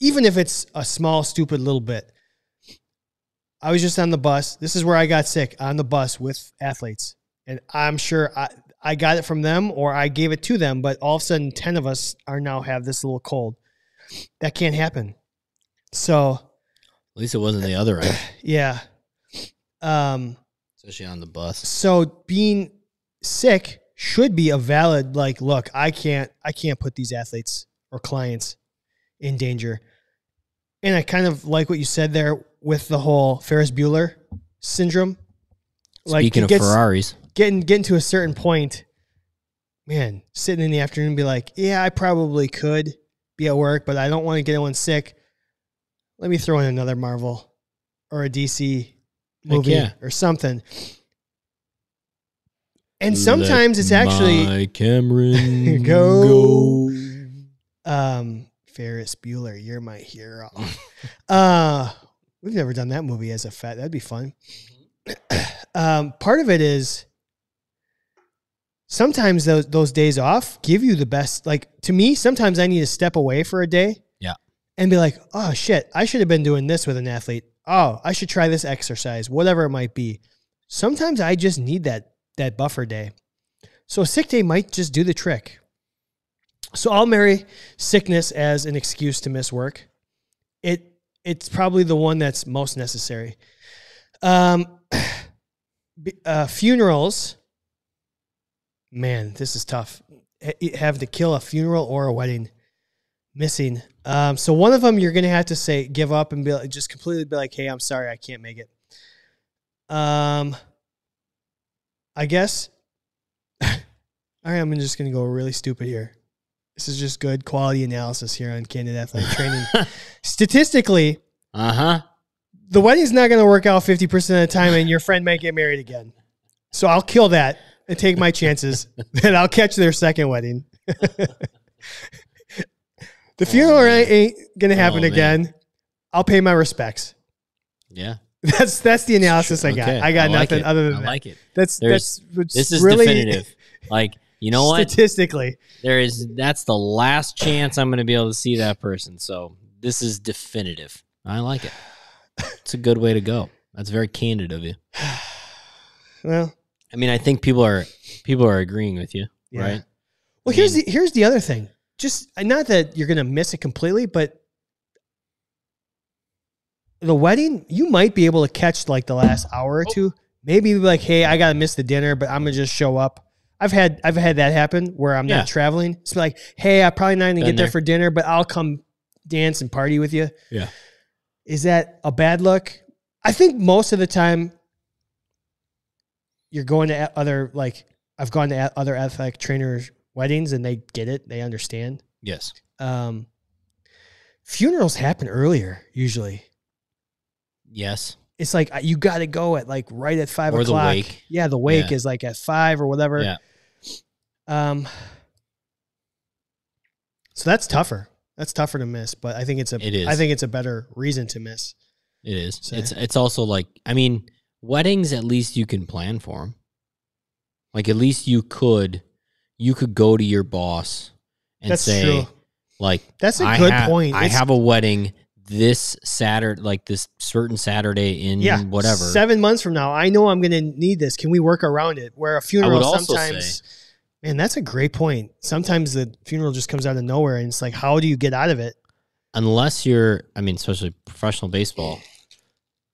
even if it's a small, stupid little bit. I was just on the bus. This is where I got sick on the bus with athletes. And I'm sure I, I got it from them or I gave it to them, but all of a sudden 10 of us are now have this little cold. That can't happen. So,
At least it wasn't the other end,
yeah. Um,
especially on the bus.
so being sick should be a valid like look, I can't I can't put these athletes or clients in danger. And I kind of like what you said there with the whole Ferris Bueller syndrome.
Speaking
it
of
gets-
Ferraris,
getting getting to a certain point, man, sitting in the afternoon and be like, yeah, I probably could be at work, but I don't want to get anyone sick. Let me throw in another Marvel or a DC movie
yeah.
or something. And sometimes it's actually
my Cameron
Go.
go.
um, Ferris Bueller, you're my hero. uh, we've never done that movie as a fat. That'd be fun. um, part of it is sometimes those those days off give you the best. Like to me, sometimes I need to step away for a day.
Yeah.
And be like, oh shit, I should have been doing this with an athlete. Oh, I should try this exercise, whatever it might be. Sometimes I just need that that buffer day. So a sick day might just do the trick. So I'll marry sickness as an excuse to miss work. It it's probably the one that's most necessary. Um, b- uh, funerals. Man, this is tough. Ha- e, Have to kill a funeral or a wedding. Missing. Um, so one of them you're gonna have to say give up and be like, just completely be like, hey, I'm sorry, I can't make it. Um, I guess. All right, I'm just gonna go really stupid here. This is just good quality analysis here on Candid Athletic Training. Statistically,
uh huh.
the wedding's not going to work out 50% of the time, and your friend might get married again. So I'll kill that and take my chances that I'll catch their second wedding. the funeral
man.
ain't going to happen
Oh, man.
again. I'll pay my respects.
Yeah.
That's that's the analysis I got.
Okay.
I got
like
nothing
it.
other than
I
that.
like it.
that's
There's-
that's what's
This is
really
definitive. Like, you know what?
Statistically,
There is that's the last chance I'm going to be able to see that person. So this is definitive. I like it. It's a good way to go. That's very candid of you.
Well,
I mean, I think people are people are agreeing with you,
yeah.
right?
Well,
I
here's the
mean-
here's the other thing. Just not that you're gonna miss it completely, but the wedding, you might be able to catch like the last hour or two. Maybe be like, hey, I gotta miss the dinner, but I'm gonna just show up. I've had I've had that happen where I'm
Yeah.
not traveling. It's like, hey, I'm probably not gonna
Been
get there
there.
for dinner, but I'll come dance and party with you.
Yeah.
Is that a bad look? I think most of the time you're going to a- other like I've gone to a- other athletic trainers' weddings and they get it, they understand.
Yes.
Um, funerals happen earlier usually.
Yes.
It's like uh, you got to go at like right at five
Or the
o'clock.
wake.
Yeah, the wake
Yeah.
is like at five or whatever.
Yeah.
Um, so that's tougher. That's tougher to miss, but I think it's a.
It is.
I think it's a better reason to miss.
It is.
So-
It's it's also like I mean, weddings at least you can plan for them. Like at least you could you could go to your boss and
That's
say
true.
like
That's a
I
good
ha-
point.
I
It's-
have a wedding this Saturday, like this certain Saturday in
yeah,
whatever.
Seven months from now, I know I'm going to need this. Can we work around it? Where a funeral
also
sometimes, man, that's a great point. Sometimes the funeral just comes out of nowhere, and it's like, how do you get out of it?
Unless you're, I mean, especially professional baseball,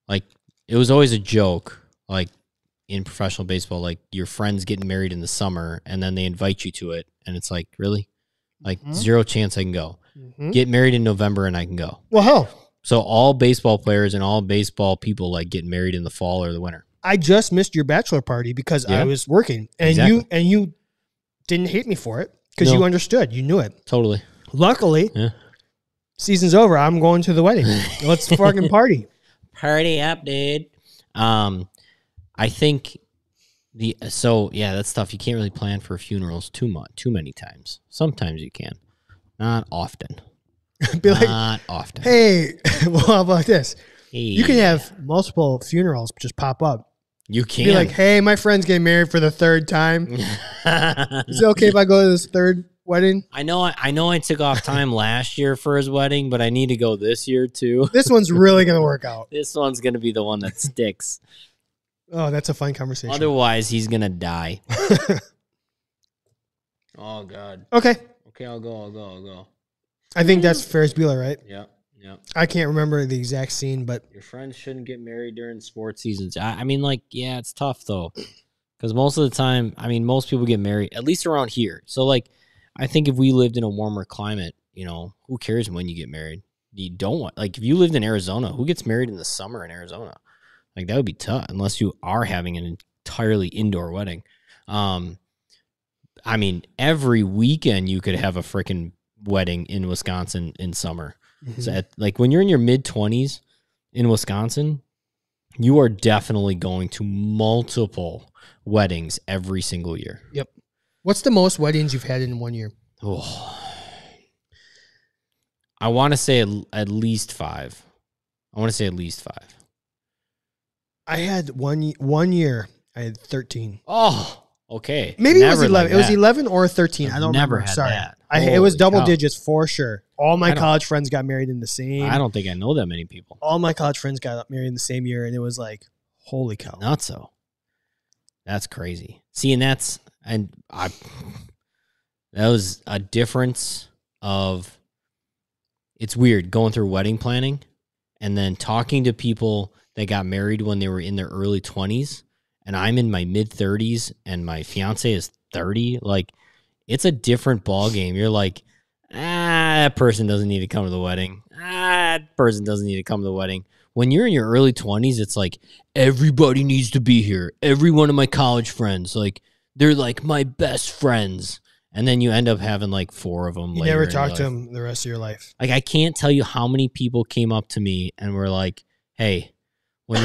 like it was always a joke, like in professional baseball, like your friends getting married in the summer and then they invite you to it, and it's like really, like
Mhm.
zero chance I can go. Get married in November and I can go.
Well, hell,
So all baseball players and all baseball people like get married in the fall or the winter.
I just missed your bachelor party because I
Yeah.
was working, and you
Exactly.
and you didn't hate me for it because
No.
you understood, you knew it.
Totally.
Luckily,
Yeah.
season's over. I'm going to the wedding. Let's fucking party.
Party up, dude. Um, I think the so yeah, that's tough. You can't really plan for funerals too much, too many times. Sometimes you can, not often,
Be like,
not often.
hey, well, how about this? You can
Hey,
have multiple funerals just pop up.
you
Be
can
like, hey, my friend's getting married for the third time. Is it okay if I go to this third wedding?
I know, I, I know, I took off time last year for his wedding, but I need to go this year too.
This one's really gonna work out.
This one's gonna be the one that sticks.
Oh, that's a fun conversation.
Otherwise, he's gonna die. oh God.
okay,
Okay, I'll go. I'll go. I'll go.
I think that's Ferris Bueller, right?
Yep. Yep.
I can't remember the exact scene, but
Your friends shouldn't get married during sports seasons. I, I mean, like, yeah, it's tough though, because most of the time, I mean, most people get married at least around here. So, like, I think if we lived in a warmer climate, you know, who cares when you get married? You don't want like if you lived in Arizona, who gets married in the summer in Arizona? Like that would be tough unless you are having an entirely indoor wedding. Um, I mean, every weekend you could have a freaking wedding in Wisconsin in summer. So at, like when you're in your mid 20s in Wisconsin, you are definitely going to multiple weddings every single year.
what's the most weddings you've had in one year?
Oh. I want to say at, at least five. I want to say at least five.
I had one y- one year. I had thirteen.
Oh, okay.
Maybe it was
Never
eleven.
like
it was
that.
eleven or thirteen. I
I've
don't
never
remember.
had
Sorry,
that.
I, it was
Holy
double
cow.
digits for sure. All
I
my
don't-
college friends got married in the same.
I don't think I know that many people.
all my college friends got married in the same year, and it was like, holy cow!
Not so. That's crazy. See, and that's and I that was a difference of it's weird going through wedding planning and then talking to people that got married when they were in their early 20s and I'm in my mid 30s and my fiance is 30 like it's a different ball game. You're like ah that person doesn't need to come to the wedding. Ah that person doesn't need to come to the wedding. When you're in your early 20s it's like everybody needs to be here. Every one of my college friends, like they're like my best friends. And then you end up having like four of them.
You
later
never
in
talk to
life.
them the rest of your life.
Like I can't tell you how many people came up to me and were like, "Hey, when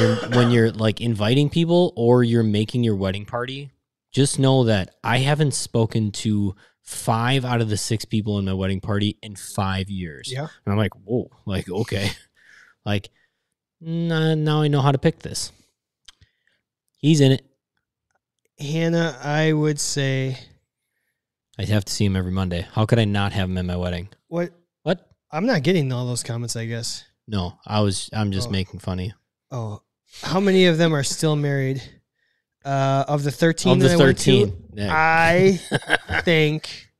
you're when you're like inviting people or you're making your wedding party, just know that I haven't spoken to five out of the six people in my wedding party in five years."
Yeah.
And I'm like, whoa, like, okay. like, n- now I know how to pick this. He's in it.
Hannah, I would say
I have to see him every Monday. How could I not have him at my wedding?
what
What?
I'm not getting all those comments. I guess.
No, I was, I'm just
Oh.
making fun of you.
Oh, how many of them are still married? Uh, of the thirteen,
Of the
that I went to, Ah.
thirteen, yeah.
I think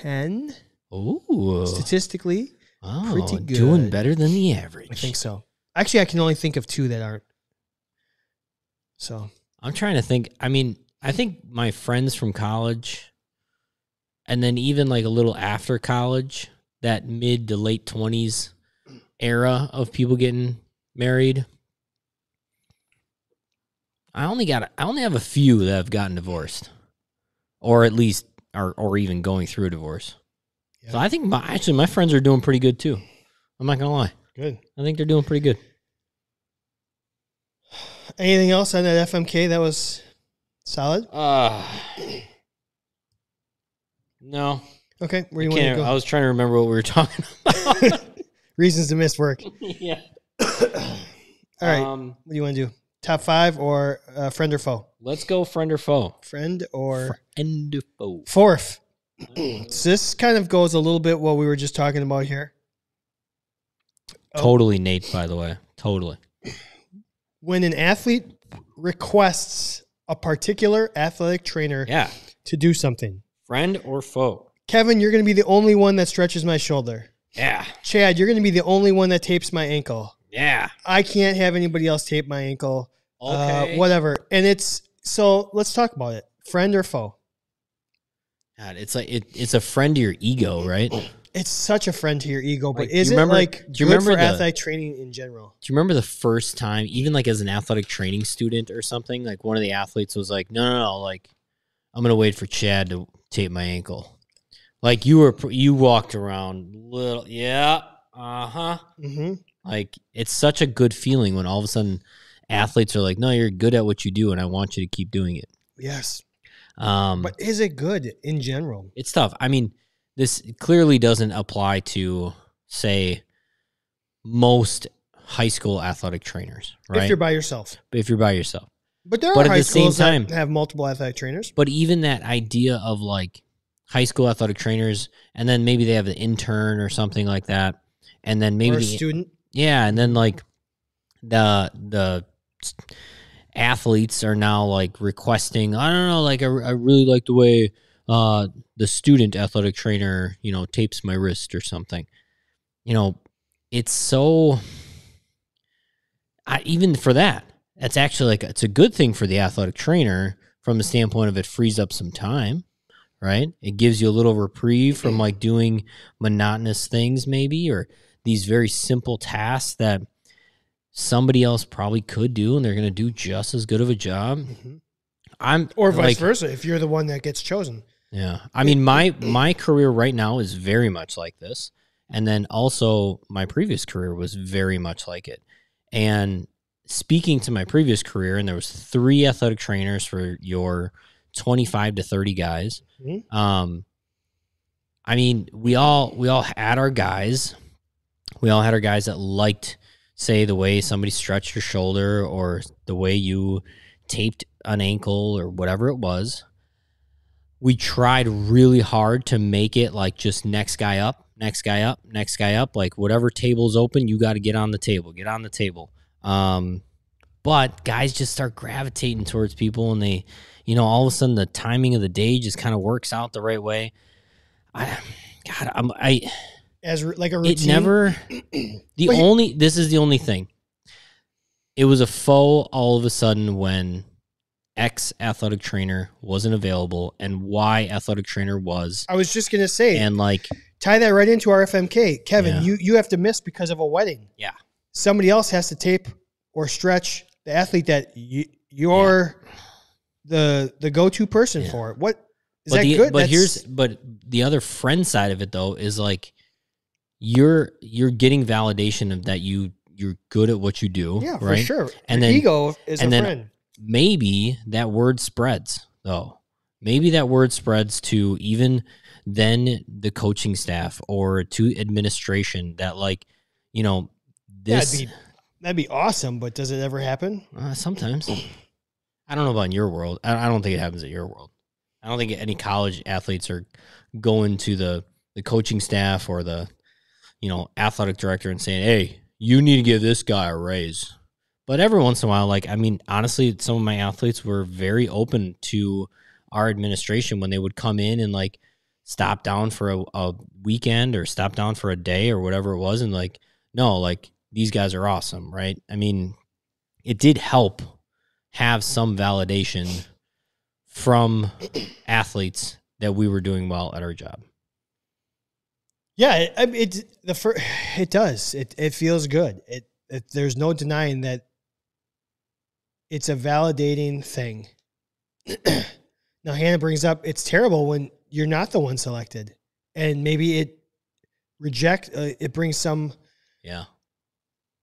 ten
Ooh,
statistically.
wow,
pretty
doing
good.
better than the average.
I think so. Actually, I can only think of two that aren't. So
I'm trying to think. I mean, I think my friends from college, and then even like a little after college, that mid to late twenties era of people getting married. I only got. I only have a few that have gotten divorced, or at least are or even going through a divorce. So
Yeah.
I think my actually my friends are doing pretty good too. I'm not gonna lie.
good.
I think they're doing pretty good.
Anything else on that FMK that was solid?
Uh, no.
Okay, where
I,
you want to
can't- I
go?
was trying to remember what we were talking about.
Reasons to miss work.
yeah.
All right,
Um,
what do you want to do? Top five or uh, friend or foe?
let's go friend or foe.
Friend or
Friend or foe.
fourth? So this kind of goes a little bit what we were just talking about here. Oh.
Totally Nate, by the way. Totally.
When an athlete requests a particular athletic trainer
Yeah.
to do something,
Friend or foe.
Kevin, you're going to be the only one that stretches my shoulder.
Yeah.
Chad, you're going to be the only one that tapes my ankle.
Yeah.
I can't have anybody else tape my ankle. Uh,
Okay.
whatever. And it's so let's talk about it. Friend or foe?
God, it's like it, it's a friend to your ego, right? Do
It's such a friend to your ego, but
Like, do you
is it
remember-
like
do you
good
remember
for
the-
athletic training in general?
you remember the first time, even like as an athletic training student or something, like one of the athletes was like, "No, no, no, like I'm gonna wait for Chad to tape my ankle." Like you were, you walked around little, yeah, uh huh.
Mm-hmm.
Like it's such a good feeling when all of a sudden athletes are like, "No, you're good at what you do, and I want you to keep doing it."
Yes,
Um,
but is it good in general?
it's tough. I mean, this clearly doesn't apply to say most high school athletic trainers, right?
If you're by yourself,
if you're by yourself.
but there are
But at
high
the same
schools
time-
that have multiple athletic trainers.
But even that idea of like high school athletic trainers, and then maybe they have an intern or something like that, and then maybe
or a
the-
student.
yeah, and then like the the athletes are now like requesting. I don't know, like I, I really like the way uh, the student athletic trainer you know tapes my wrist or something. You know, it's so. I, even for that, that's actually like it's a good thing for the athletic trainer from the standpoint of it frees up some time, right? It gives you a little reprieve from like doing monotonous things, maybe, or these very simple tasks that somebody else probably could do, and they're going to do just as good of a job.
Mhm.
I'm
Or vice
Mm-hmm. like,
versa, if you're the one that gets chosen.
yeah. I mean my my career right now is very much like this. And then also my previous career was very much like it. And speaking to my previous career and there was three athletic trainers for your 25 to 30 guys.
Mhm.
Um I mean, we all we all had our guys. We all had our guys that liked say the way somebody stretched your shoulder or the way you taped an ankle or whatever it was we tried really hard to make it like just next guy up, next guy up, next guy up. Like whatever table's open, you got to get on the table, get on the table. Um, but guys just start gravitating towards people, and they, you know, all of a sudden the timing of the day just kind of works out the right way. I, God, I'm, I,
As r- like a routine,
it never. The
Well, you-
only this is the only thing. It was a foe all of a sudden when X athletic trainer wasn't available and Y athletic trainer was,
I was just gonna say,
and like
tie that right into our FMK, Kevin.
Yeah.
You you have to miss because of a wedding.
Yeah.
somebody else has to tape or stretch the athlete that you you're the the go to person
Yeah.
for. What is
but
that
the,
good?
But
That's-
here's but the other friend side of it though is like you're you're getting validation of that you you're good at what you do,
yeah, for
right?
sure.
And
Your
then
ego is
and
a
then-
friend.
maybe that word spreads though maybe that word spreads to even then the coaching staff or to administration that like you know this
that'd be that'd be awesome, but does it ever happen?
uh, sometimes i don't know about in your world I, I don't think it happens at your world i don't think any college athletes are going to the the coaching staff or the you know athletic director and saying hey you need to give this guy a raise But every once in a while, like I mean, honestly, some of my athletes were very open to our administration when they would come in and like stop down for a, a weekend or stop down for a day or whatever it was, and like, no, like these guys are awesome, right? I mean, it did help have some validation from athletes that we were doing well at our job.
Yeah, it, I- it the fir- it does. It it feels good. It, it there's no denying that it's a validating thing. now Hannah brings up it's terrible when you're not the one selected, and maybe it reject uh, it brings some
Yeah.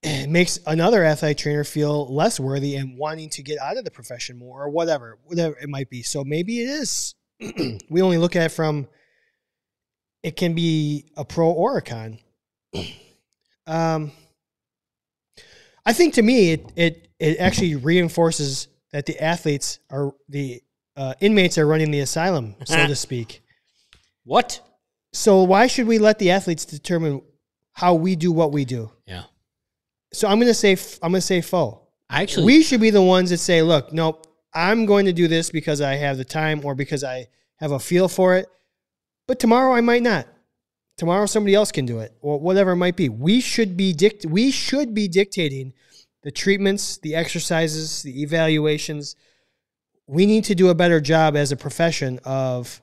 it makes another athletic trainer feel less worthy and wanting to get out of the profession more or whatever, whatever it might be. So maybe it is. we only look at it from it can be a pro or a con. Um, I think to me, it it it actually reinforces that the athletes are the uh, inmates are running the asylum, so to speak.
What?
So why should we let the athletes determine how we do what we do?
Yeah.
So I'm gonna say f- I'm gonna say faux.
I actually
we should be the ones that say, look, nope, I'm going to do this because I have the time or because I have a feel for it. But tomorrow I might not. Tomorrow somebody else can do it or whatever it might be. We should be dict- we should be dictating the treatments, the exercises, the evaluations. We need to do a better job as a profession of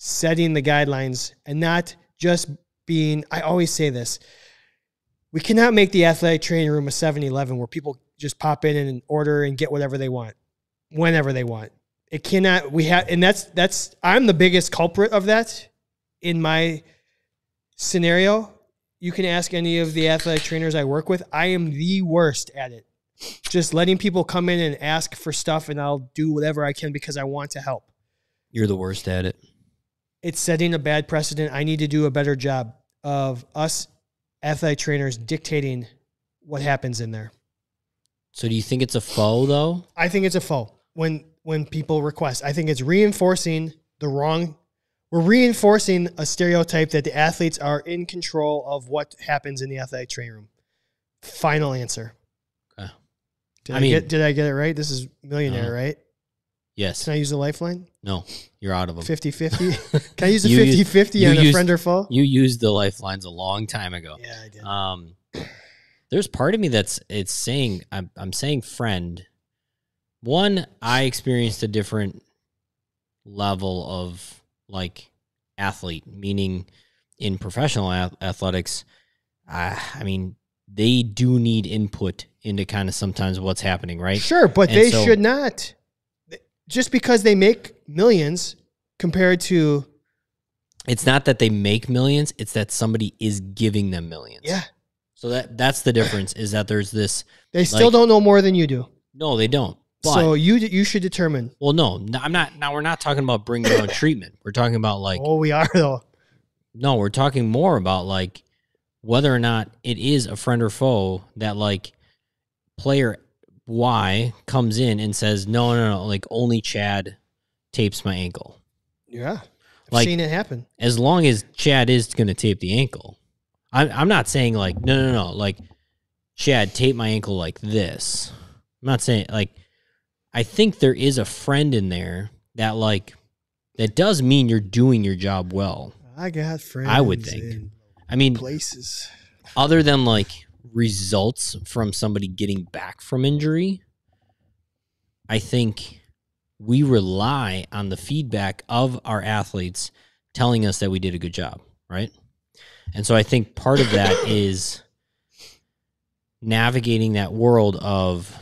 setting the guidelines and not just being I always say this we cannot make the athletic training room a 7-Eleven where people just pop in and order and get whatever they want, whenever they want. It cannot. We have, and that's that's. I'm the biggest culprit of that. In my scenario, you can ask any of the athletic trainers I work with. I am the worst at it. Just letting people come in and ask for stuff, and I'll do whatever I can because I want to help
you're the worst at it.
it's setting a bad precedent. I need to do a better job of us athletic trainers dictating what happens in there.
So do you think it's a foe though?
I think it's a fault when when people request. I think it's reinforcing the wrong we're reinforcing a stereotype that the athletes are in control of what happens in the athletic training room. Final answer.
Okay.
Did
I
I,
mean- Uh-huh.
get did I get it right? This is millionaire,
No.
right?
Yes.
Can I use the lifeline?
No. You're out of them.
50-50? Can I use the
You used-
50-50
you
on a
used-
friend or foe?
You used the lifelines a long time ago.
Yeah, I did.
Um, there's part of me that's it's saying I'm I'm saying friend. One, I experienced a different level of like athlete, meaning in professional ath- athletics. I, I mean, they do need input into kind of sometimes what's happening, right?
Sure, but
And
they
so-
should not. Just because they make millions compared to
It's not that they make millions; it's that somebody is giving them millions.
yeah,
So that that's the difference is that there's this.
they still
Like-
don't know more than you do.
No, they don't. But
so you you should determine.
Well, no, no, I'm not. Now we're not talking about bring your own treatment. We're talking about like
oh, we are though.
no, we're talking more about like whether or not it is a friend or foe that like player Y comes in and says no, no, no, like only Chad tapes my ankle.
Yeah, I've
Like-
seen it happen.
As long as Chad is going to tape the ankle, I'm I'm not saying like no, no, no, like Chad tape my ankle like this. I'm not saying like I think there is a friend in there that like that does mean you're doing your job well.
I got friends.
I would think.
in
I mean,
places.
other than like results from somebody getting back from injury, I think we rely on the feedback of our athletes telling us that we did a good job, right? And so I think part of that is navigating that world of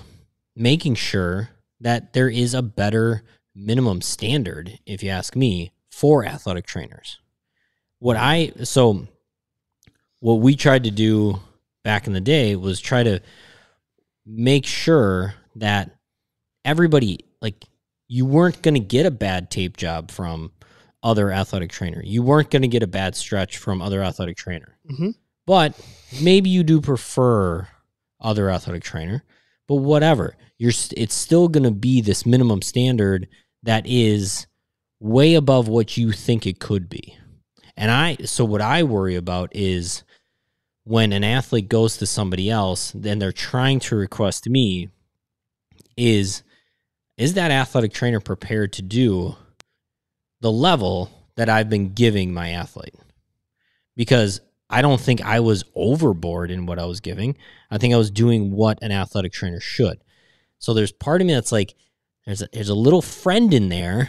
making sure that there is a better minimum standard, if you ask me, for athletic trainers. What I, so what we tried to do back in the day was try to make sure that everybody like you weren't going to get a bad tape job from other athletic trainer you weren't going to get a bad stretch from other athletic trainer
Mhm.
but maybe you do prefer other athletic trainer but whatever you're st- it's still going to be this minimum standard that is way above what you think it could be and i so what i worry about is when an athlete goes to somebody else, then they're trying to request me is is that athletic trainer prepared to do the level that I've been giving my athlete? Because I don't think I was overboard in what I was giving. I think I was doing what an athletic trainer should. So there's part of me that's like, there's a, there's a little friend in there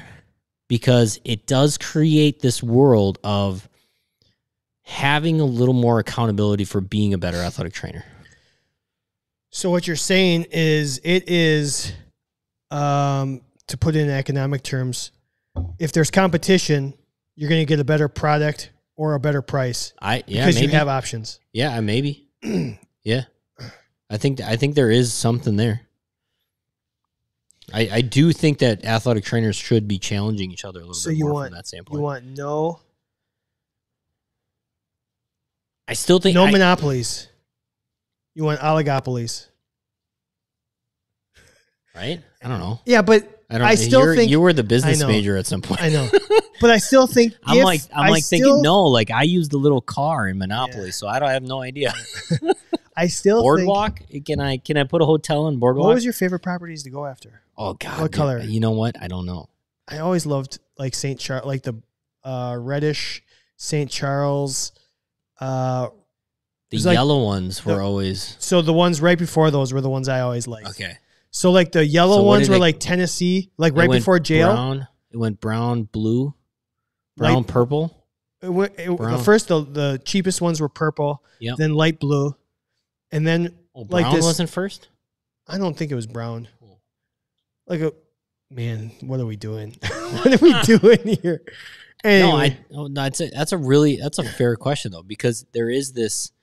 because it does create this world of having a little more accountability for being a better athletic trainer.
So what you're saying is it is, um, to put it in economic terms, if there's competition, you're going to get a better product or a better price
I yeah
because
maybe
you have options.
yeah maybe yeah. I think I think there is something there. I, I do think that athletic trainers should be challenging each other a little
So
bit
you
more
want-
from that standpoint.
You want no
I still think
no
I-
monopolies. You want oligopolies.
right? I don't know.
Yeah, but
I don't.
I still
you're-
think-
you were the business
know.
major at some point.
I know. but I still think
I'm
if
like I'm
I
like
still-
thinking no, like I use the little car in Monopoly,
Yeah.
so I don't I have no idea.
I still think.
boardwalk? Can I can I put a hotel in Boardwalk?
What was your favorite properties to go after?
oh God,
what
dude,
color?
You know what? I don't know.
I always loved like St. Charles, like the uh, reddish St. Charles. Uh,
The
It's like-
yellow ones were
No.
always
so the ones right before those were the ones I always liked.
okay.
So like the yellow
So what
ones
did
were
it-
like Tennessee, like
It
right
went
before jail.
Brown. It went brown, blue, brown,
Right-
purple.
It wa- it- the
Brown.
first, the, the cheapest ones were purple,
Yep.
then light blue, and then
Oh, brown
like this-
wasn't first.
I don't think it was brown.
Cool.
Like a man, what are we doing? what are we doing here? Anyway,
No, I oh, no, that's a, that's a really that's a fair question though because there is this.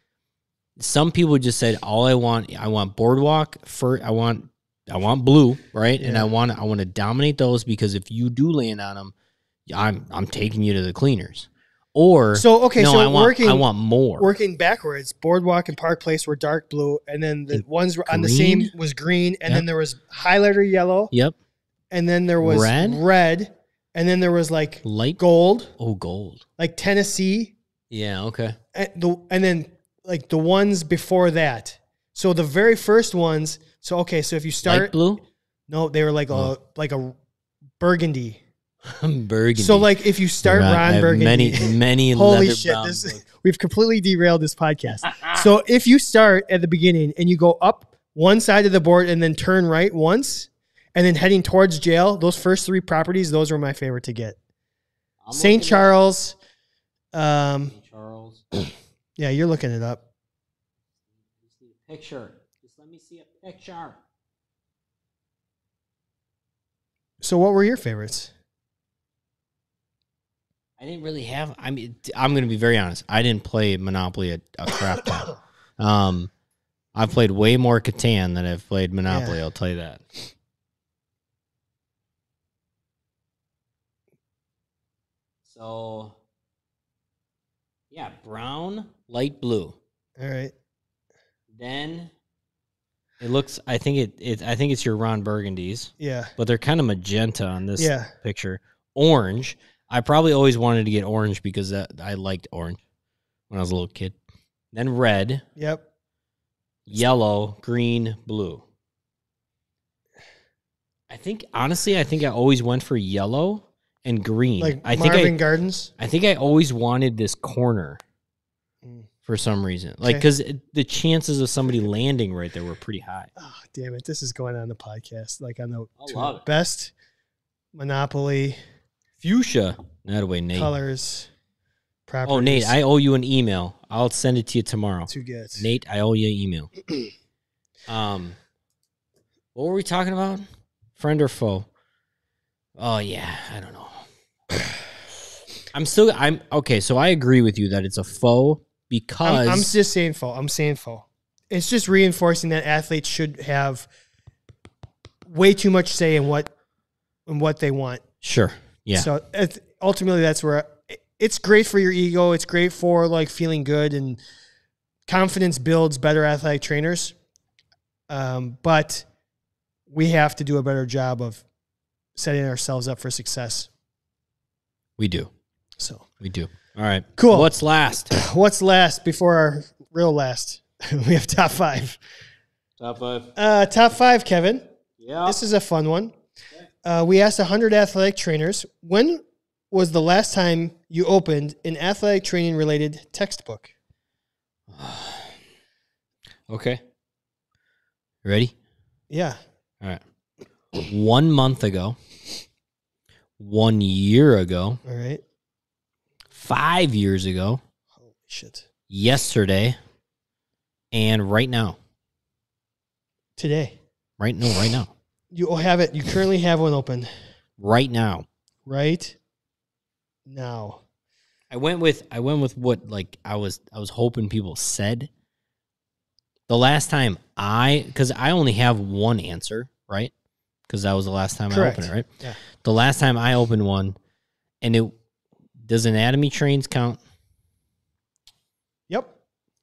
Some people just said all I want I want boardwalk for I want I want blue right and I
Yeah.
want I want to dominate those because if you do land on them, I'm I'm taking you to the cleaners. Or
so okay,
no,
so
I want
working
I want more.
working backwards, boardwalk and park place were dark blue, and then the
And
ones were on the
green?
same was green, and
Yep.
then there was highlighter yellow,
Yep,
and then there was
Red?
red, and then there was like
light gold.
gold,
Oh, gold.
like Tennessee,
Yeah. Okay.
and the and then like the ones before that. So the very first ones. So okay, so if you
light
start,
blue,
no, they were like a
Oh.
like a burgundy.
burgundy.
So like if you start
Right, I
Ron
have
Burgundy,
Many many
holy
leather
shit,
bound
this
books.
is, we've completely derailed this podcast. so if you start at the beginning and you go up one side of the board and then turn right once, and then heading towards jail, those first three properties, those were my favorite to get.
I'm
St.
looking at-
Charles, um,
St. Charles.
yeah, you're looking it up.
Just need a picture. Just let me see a picture.
So what were your favorites?
I didn't really have. I mean, t- I'm going to be very honest. I didn't play Monopoly a, a crap ton. Um, I've played way more Catan than I've played Monopoly. I'll tell you that. So, yeah, brown, light blue.
All right.
Then it looks. I think it. it I think it's your Ron Burgundies,
Yeah.
but they're kind of magenta on this
Yeah.
picture. Orange. I probably always wanted to get orange because that I liked orange when I was a little kid. Then red,
Yep.
yellow, green, blue. I think honestly, I think I always went for yellow and green.
Like
I think
Marvin
I,
Gardens.
I think I always wanted this corner
Mm.
for some reason, like
Okay.
because the chances of somebody landing right there were pretty high.
Oh, damn it. This is going on the podcast. Like on the
I
two
love it.
best Monopoly
Fuchsia. That way, Nate.
colors properties.
Oh, Nate, I owe you an email. I'll send it to you tomorrow.
to get.
Nate, I owe you an email. um, what were we talking about? Friend or foe? Oh yeah, I don't know. I'm still. I'm okay. So I agree with you that it's a foe because
I'm, I'm just saying full. I'm saying full. It's just reinforcing that athletes should have way too much say in what in what they want.
sure. Yeah.
So it's, ultimately, that's where it's great for your ego. It's great for like feeling good and confidence builds better athletic trainers. Um, but we have to do a better job of setting ourselves up for success.
we do.
So
We do. All right.
Cool.
What's last?
What's last before our real last? we have top five.
Top five.
Uh, top five, Kevin.
Yeah.
This is a fun one. Uh, we asked 100 athletic trainers when was the last time you opened an athletic training related textbook?
okay. Ready?
Yeah.
All right. One month ago, one year ago,
All right.
five years ago,
Holy shit.
yesterday, and right now.
Today.
Right no, right now.
You have it. You currently have one open
Right now.
right now.
I went with I went with what like I was I was hoping people said. The last time I because I only have one answer, right? Because that was the last time
Correct.
I opened it, right?
Yeah.
The last time I opened one, and it does anatomy trains count?
Yep.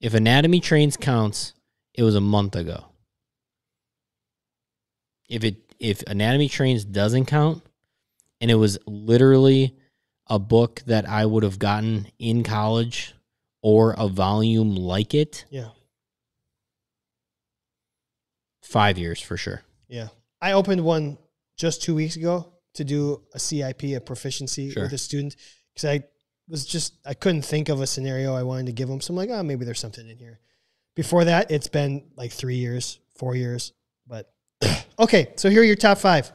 If anatomy trains counts, it was a month ago. If it if anatomy trains doesn't count, and it was literally a book that I would have gotten in college or a volume like it,
Yeah.
five years for sure.
Yeah. I opened one just two weeks ago to do a CIP, a proficiency
Sure.
with a student, because I was just, I couldn't think of a scenario I wanted to give them. So I'm like, oh, maybe there's something in here. Before that, it's been like three years, four years. But okay. So here are your top five.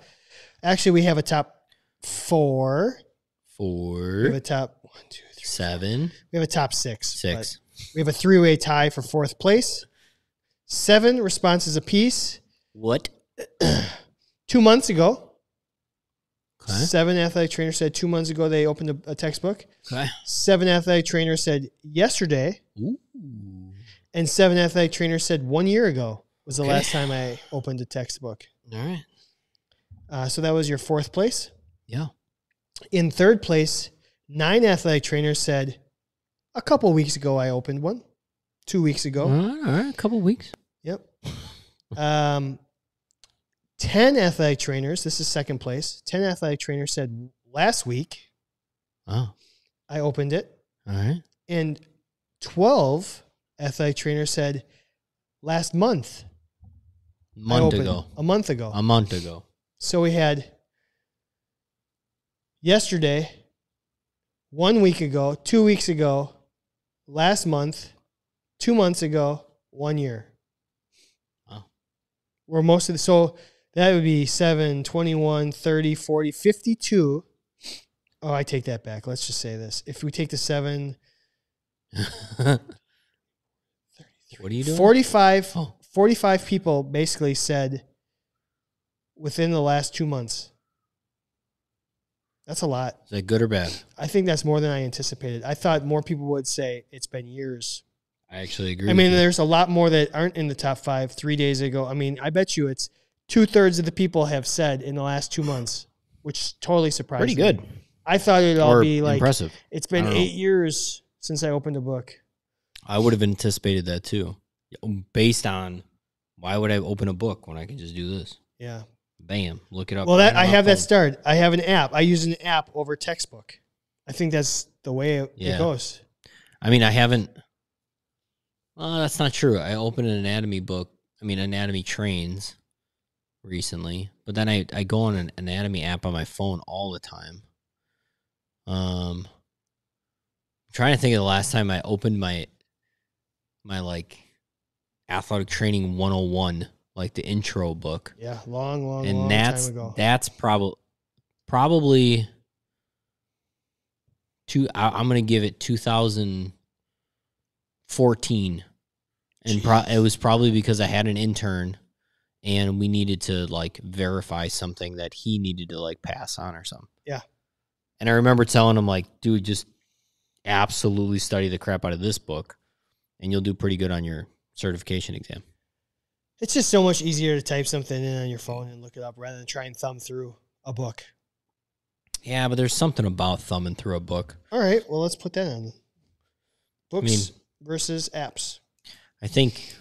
Actually, we have a top four. We have
Four,
a top one, two, three.
seven,
We have a top six. but-
six.
We have a three way tie for fourth place. Seven responses apiece.
What?
Two months ago,
Okay.
seven athletic trainers said two months ago they opened a, a textbook.
okay.
Seven athletic trainers said yesterday,
Ooh.
and seven athletic trainers said one year ago was the
Okay.
last time I opened a textbook.
All right.
Uh, so that was your fourth place.
Yeah.
In third place, nine athletic trainers said a couple weeks ago I opened one, two weeks ago.
All right. All right. A couple weeks.
Yep. um, 10 athletic trainers, this is second place. 10 athletic trainers said last week
Oh.
I opened it,
All right.
and 12 athletic trainers said last month. I
Month
opened-
ago.
A month ago.
A month ago.
so we had yesterday, one week ago, two weeks ago, last month, two months ago, one year.
Wow.
where most of the so that would be 7 21 30 40 52 oh i take that back let's just say this if we take the 7
what are you doing?
45
Oh.
45 people basically said within the last two months that's a lot
Is that good or bad?
i think that's more than i anticipated i thought more people would say it's been years
I actually agree.
i mean
with you.
there's a lot more that aren't in the top five three days ago i mean i bet you it's two-thirds of the people have said in the last two months which totally surprised
pretty
me.
good
I thought it'd all
or
be like
impressive.
it's been
I don't
eight years since I opened a book.
I would have anticipated that too, based on why would I open a book when I can just do this?
Yeah.
Bam, look it up.
Well, that
right
I
on my
have that
phone.
started. I have an app. I use an app over textbook. I think that's the way it,
Yeah.
it goes.
I mean, I haven't. Well, that's not true. I opened an anatomy book. I mean, anatomy trains recently, but then I I go on an anatomy app on my phone all the time. Um, I'm trying to think of the last time I opened my my like athletic training 101 like the intro book
Yeah, long, long,
and
long
that's
time ago.
that's probably probably two. I, I'm gonna give it 2014, and pro- it was probably because I had an intern, and we needed to like verify something that he needed to like pass on or something.
Yeah.
and I remember telling him like, dude, just absolutely study the crap out of this book, and you'll do pretty good on your certification exam.
it's just so much easier to type something in on your phone and look it up rather than try and thumb through a book.
Yeah, but there's something about thumbing through a book.
All right, well, let's put that on. Books
mean-
versus apps.
I think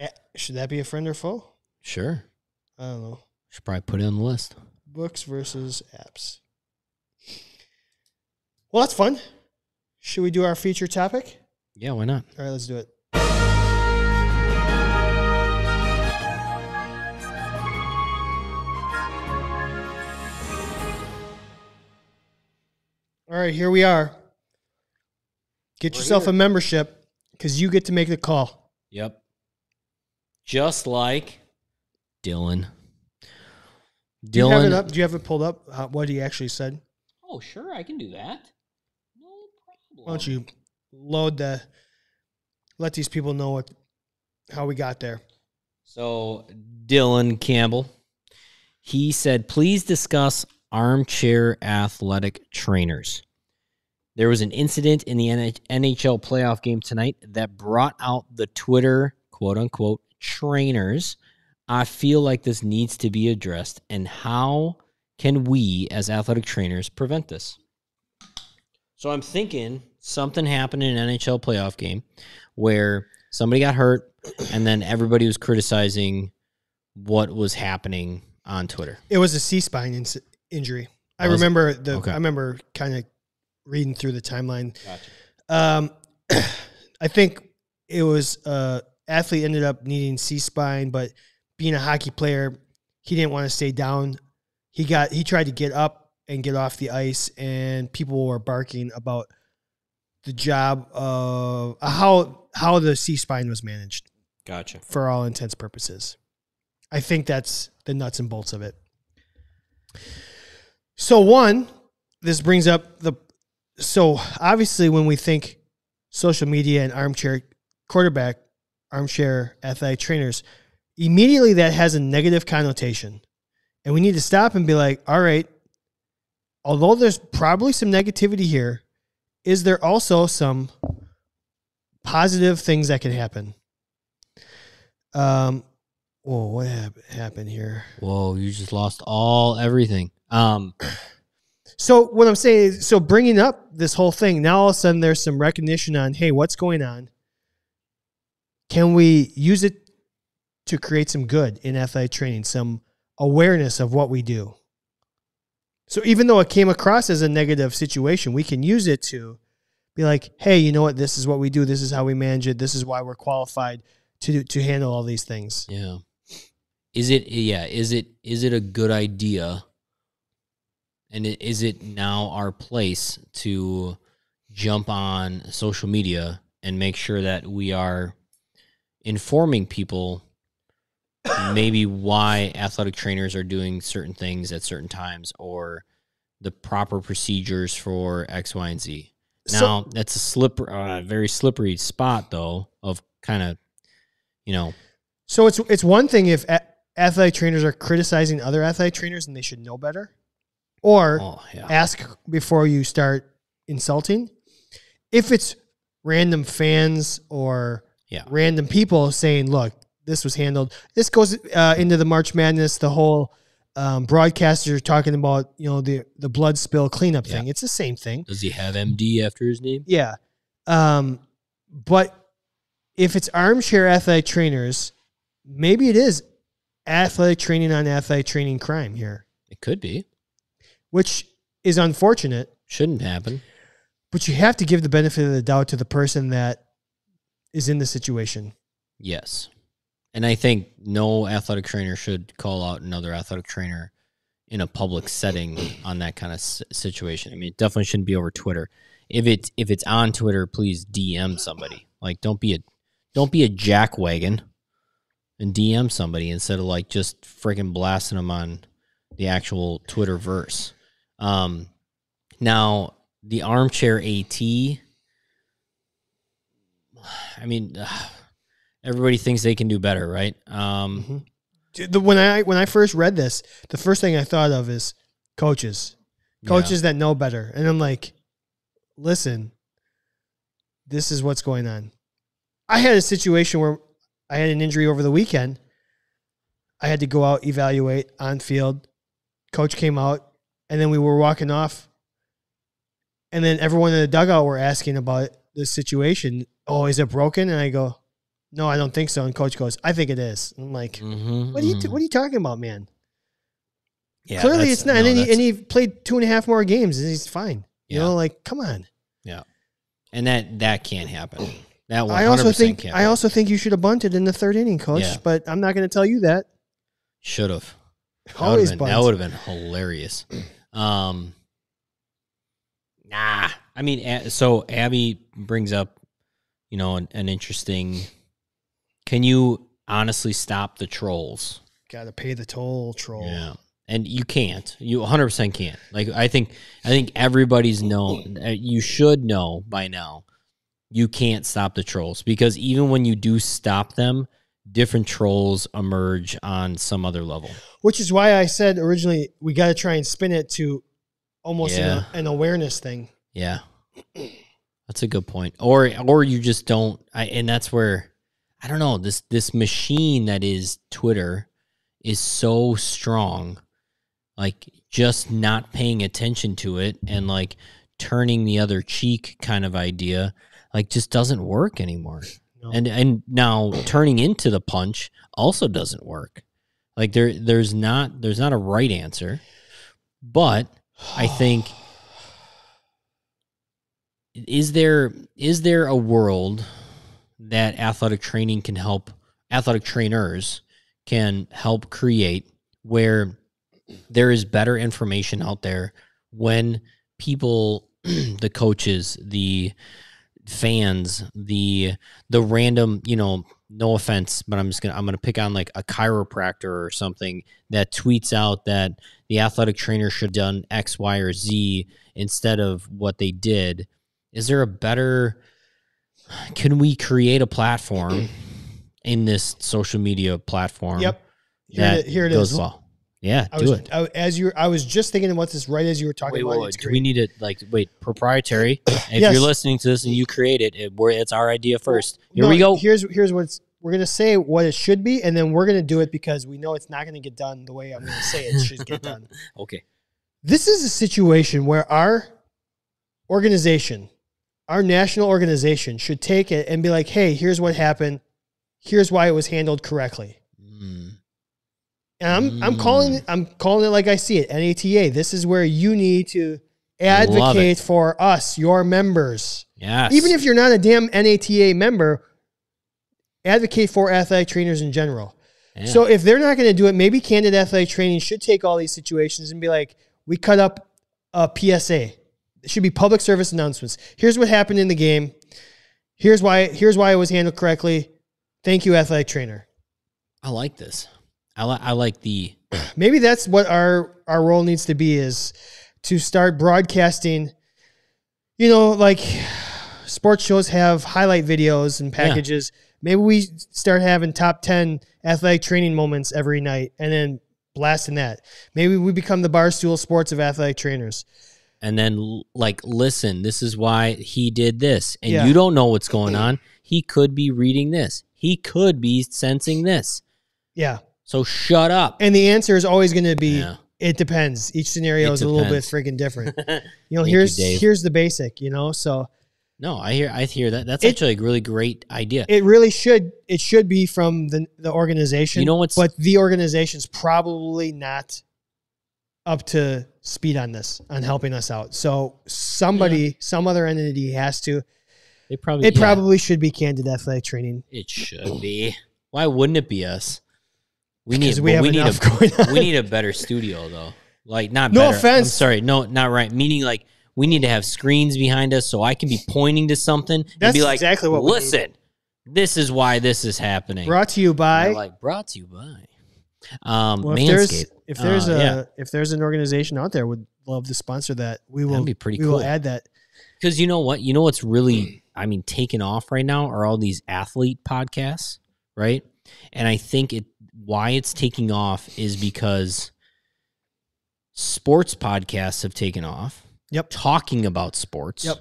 A- should that be a friend or foe?
Sure.
I don't know.
Should probably put it on the list.
books versus apps. Well, that's fun. Should we do our feature topic?
Yeah, why not?
All right, let's do it. All right, here we are. Get
We're
yourself
here.
a membership because you get to make the call.
Yep. Just like Dylan.
Do you have it
Dylan.
up? Do you have it pulled up? How, what he actually said?
Oh, sure, I can do that. No problem.
Why don't you load the? Let these people know what how we got there.
So, Dylan Campbell, he said, please discuss armchair athletic trainers. There was an incident in the NH- NHL playoff game tonight that brought out the Twitter quote unquote trainers. I feel like this needs to be addressed. And how can we, as athletic trainers, prevent this? So, I'm thinking something happened in an NHL playoff game where somebody got hurt and then everybody was criticizing what was happening on Twitter.
It was a C spine ins- injury. I
Was Oh, it?
remember the.
Okay.
I remember kind of reading through the timeline.
Gotcha.
Um, I think it was uh, athlete ended up needing C spine, but being a hockey player, he didn't want to stay down. He got he tried to get up and get off the ice, and people were barking about the job of how how the C spine was managed
Gotcha.
for all intents purposes. I think that's the nuts and bolts of it. So one, this brings up the so obviously when we think social media and armchair quarterback, armchair athletic trainers, immediately that has a negative connotation. And we need to stop and be like, all right, although there's probably some negativity here, is there also some positive things that can happen? Um, whoa, what hap- happened here?
Whoa, you just lost all everything. Um,
So what I'm saying is, so bringing up this whole thing now, all of a sudden there's some recognition on, hey, what's going on? Can we use it to create some good in athletic training, some awareness of what we do? So even though it came across as a negative situation, we can use it to be like, hey, you know what? This is what we do. This is how we manage it. This is why we're qualified to do, to handle all these things.
yeah. Is it yeah, is it is it a good idea? And i- is it now our place to jump on social media and make sure that we are informing people maybe why athletic trainers are doing certain things at certain times or the proper procedures for X, Y, and Z. Now that's a slipper, uh, very slippery spot though of kind of, you know,
So it's it's one thing if a- athletic trainers are criticizing other athletic trainers and they should know better, or
oh yeah,
ask before you start insulting. If it's random fans or
Yeah.
random people saying, "Look, this was handled," this goes uh, into the March Madness, the whole um, broadcasters talking about you know the the blood spill cleanup
Yeah.
thing. It's the same thing.
Does he have MD after his name?
Yeah. Um, but if it's armchair athletic trainers, maybe it is athletic training on athletic training crime here,
It could be.
which is unfortunate.
Shouldn't happen.
But you have to give the benefit of the doubt to the person that is in the situation.
Yes. And I think no athletic trainer should call out another athletic trainer in a public setting on that kind of s- situation. I mean, it definitely shouldn't be over Twitter. If it's if it's on Twitter, please DM somebody. Like, don't be a don't be a jackwagon and DM somebody instead of like just freaking blasting them on the actual Twitter verse. Um, now the armchair AT. I mean, everybody thinks they can do better, right? Um,
Mhm. Dude, the- When I when I first read this, the first thing I thought of is coaches,
yeah.
coaches that know better, and I'm like, listen, this is what's going on. I had a situation where I had an injury over the weekend. I had to go out evaluate on field. Coach came out, and then we were walking off, and then everyone in the dugout were asking about the situation. Oh, is it broken? And I go, No, I don't think so. And coach goes, I think it is. I'm like,
Mhm,
What are you
mhm.
t- What are you talking about, man?
Yeah,
Clearly,
that's-
it's not.
no,
and, then he,
that's-
and he played two and a half more games, and he's fine. You
Yeah.
know, like come on.
Yeah. and that that can't happen. That 100%
I also think
can't.
I also think you should have bunted in the third inning, coach.
Yeah.
But I'm not going to tell you that.
should have.
Always
been,
bunt.
that would have been hilarious. Um, nah, I mean, a- so Abby brings up, you know, an, an interesting. Can you honestly stop the trolls?
Got to pay the toll, troll.
and you can't. You 100 percent can't. Like I think, I think everybody's known. uh, You should know by now. You can't stop the trolls because even when you do stop them, different trolls emerge on some other level.
Which is why I said originally we got to try and spin it to almost
Yeah.
an, an awareness thing.
Yeah. That's a good point. Or or you just don't I and that's where I don't know, this this machine that is Twitter is so strong. Like just not paying attention to it and like turning the other cheek kind of idea like just doesn't work anymore.
No.
And and now turning into the punch also doesn't work. Like there there's not there's not a right answer. But I think is there is there a world that athletic training can help athletic trainers can help create where there is better information out there when people the coaches the fans the the random you know no offense but i'm just gonna i'm gonna pick on like a chiropractor or something that tweets out that the athletic trainer should have done x y or z instead of what they did is there a better can we create a platform in this social media platform
Yep. Here
that
it, here it
goes
is.
well yeah
I
do
was
it
I, as you were- I was just thinking about this right as you were talking
Wait,
about
wait,
it. It's
wait. Do
great.
we need it like wait proprietary? If
Yes.
you're listening to this and you create it, it we're, it's our idea first. Here
No,
we go.
Here's here's what's we're gonna say what it should be, and then we're gonna do it because we know it's not gonna get done the way I'm gonna say it should get done.
Okay.
This is a situation where our organization, our national organization, should take it and be like, "Hey, here's what happened. Here's why it was handled correctly."
Mm,
And I'm I'm calling it, I'm calling it like I see it. NATA. This is where you need to advocate for us, your members.
yes.
Even if you're not a damn NATA member, advocate for athletic trainers in general.
Yeah.
So if they're not going to do it, maybe Candid Athletic Training should take all these situations and be like, we cut up a PSA. It should be public service announcements. Here's what happened in the game. Here's why. Here's why it was handled correctly. Thank you, athletic trainer.
I like this. I like I like the
Maybe that's what our our role needs to be is to start broadcasting. You know, like sports shows have highlight videos and packages. Maybe we start having top ten athletic training moments every night, and then blasting that. Maybe we become the barstool sports of athletic trainers.
and then l- like listen, this is why he did this, and
Yeah.
you don't know what's going on. He could be reading this. He could be sensing this.
Yeah,
So shut up.
and the answer is always going to be
Yeah.
it depends. Each scenario
It
is a little bit
depends.
freaking different. You know,
Thank you,
here's
Dave.
here's the basic. You know, so
no, I hear I hear that. That's
It-
actually a really great idea.
it really should it should be from the the organization.
You know what's-
but the organization's probably not up to speed on this on helping us out. So somebody, some other entity has to.
They probably
It
yeah.
probably should be candid athletic training
It should be. Why wouldn't it be us? We need
because we
but
have
we need
enough
a
going on.
we need a better studio though. Like not
No
better. I'm
offense.
sorry, no, not right. Meaning like we need to have screens behind us so I can be pointing to something and
That's
be like,
exactly what we need.
listen, this is why this is happening.
Brought to you
And
by
they're like brought to you by um
well, if
Manscaped.
there's if there's
Uh,
a
yeah.
if there's an organization out there would love to sponsor that. We will
be pretty
we
cool.
will add that.
Because you know what? You know what's
Mm.
really, I mean, taking off right now are all these athlete podcasts, right? And I think it why it's taking off is because sports podcasts have taken off.
Yep.
Talking about sports.
Yep.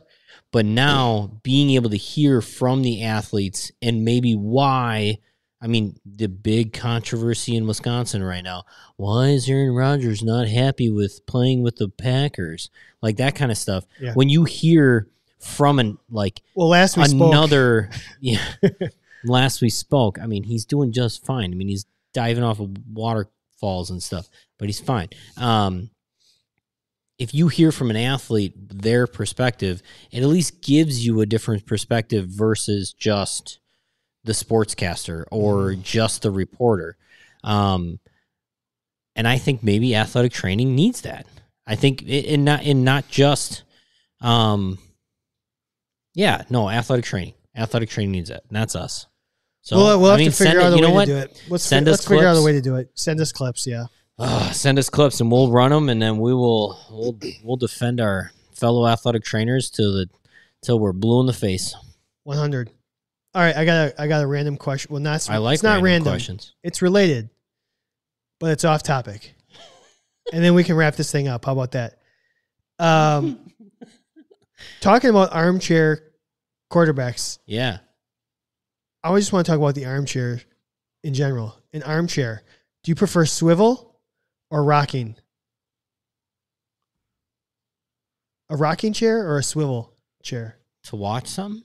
But now being able to hear from the athletes and maybe why I mean, the big controversy in Wisconsin right now. Why is Aaron Rodgers not happy with playing with the Packers? Like that kind of stuff
Yeah.
when you hear from an like
Well, last we spoke,
another yeah last we spoke i mean he's doing just fine i mean he's diving off of waterfalls and stuff but he's fine um if you hear from an athlete their perspective, it at least gives you a different perspective versus just the sportscaster or
Mm.
just the reporter. Um, and I think maybe athletic training needs that. I think i- in not in not just, um, yeah, no, athletic training. Athletic training needs that. And that's us. So
we'll we'll
I
have
mean,
to figure
send it-
out a
you
way
know what?
to do it. Let's, fi-
Send us
let's figure out a
clips.
way to do it. Send us clips, yeah.
Ugh, send us clips and we'll run them, and then we will we'll we'll defend our fellow athletic trainers till the till we're blue in the face.
100. All right, I got a I got a random question. Well, not
I like
it's not random.
questions.
It's related, but it's off topic. and then we can wrap this thing up. How about that? Um, talking about armchair quarterbacks,
Yeah,
I always just want to talk about the armchair in general. An armchair. Do you prefer swivel or rocking? A rocking chair or a swivel chair
to watch something.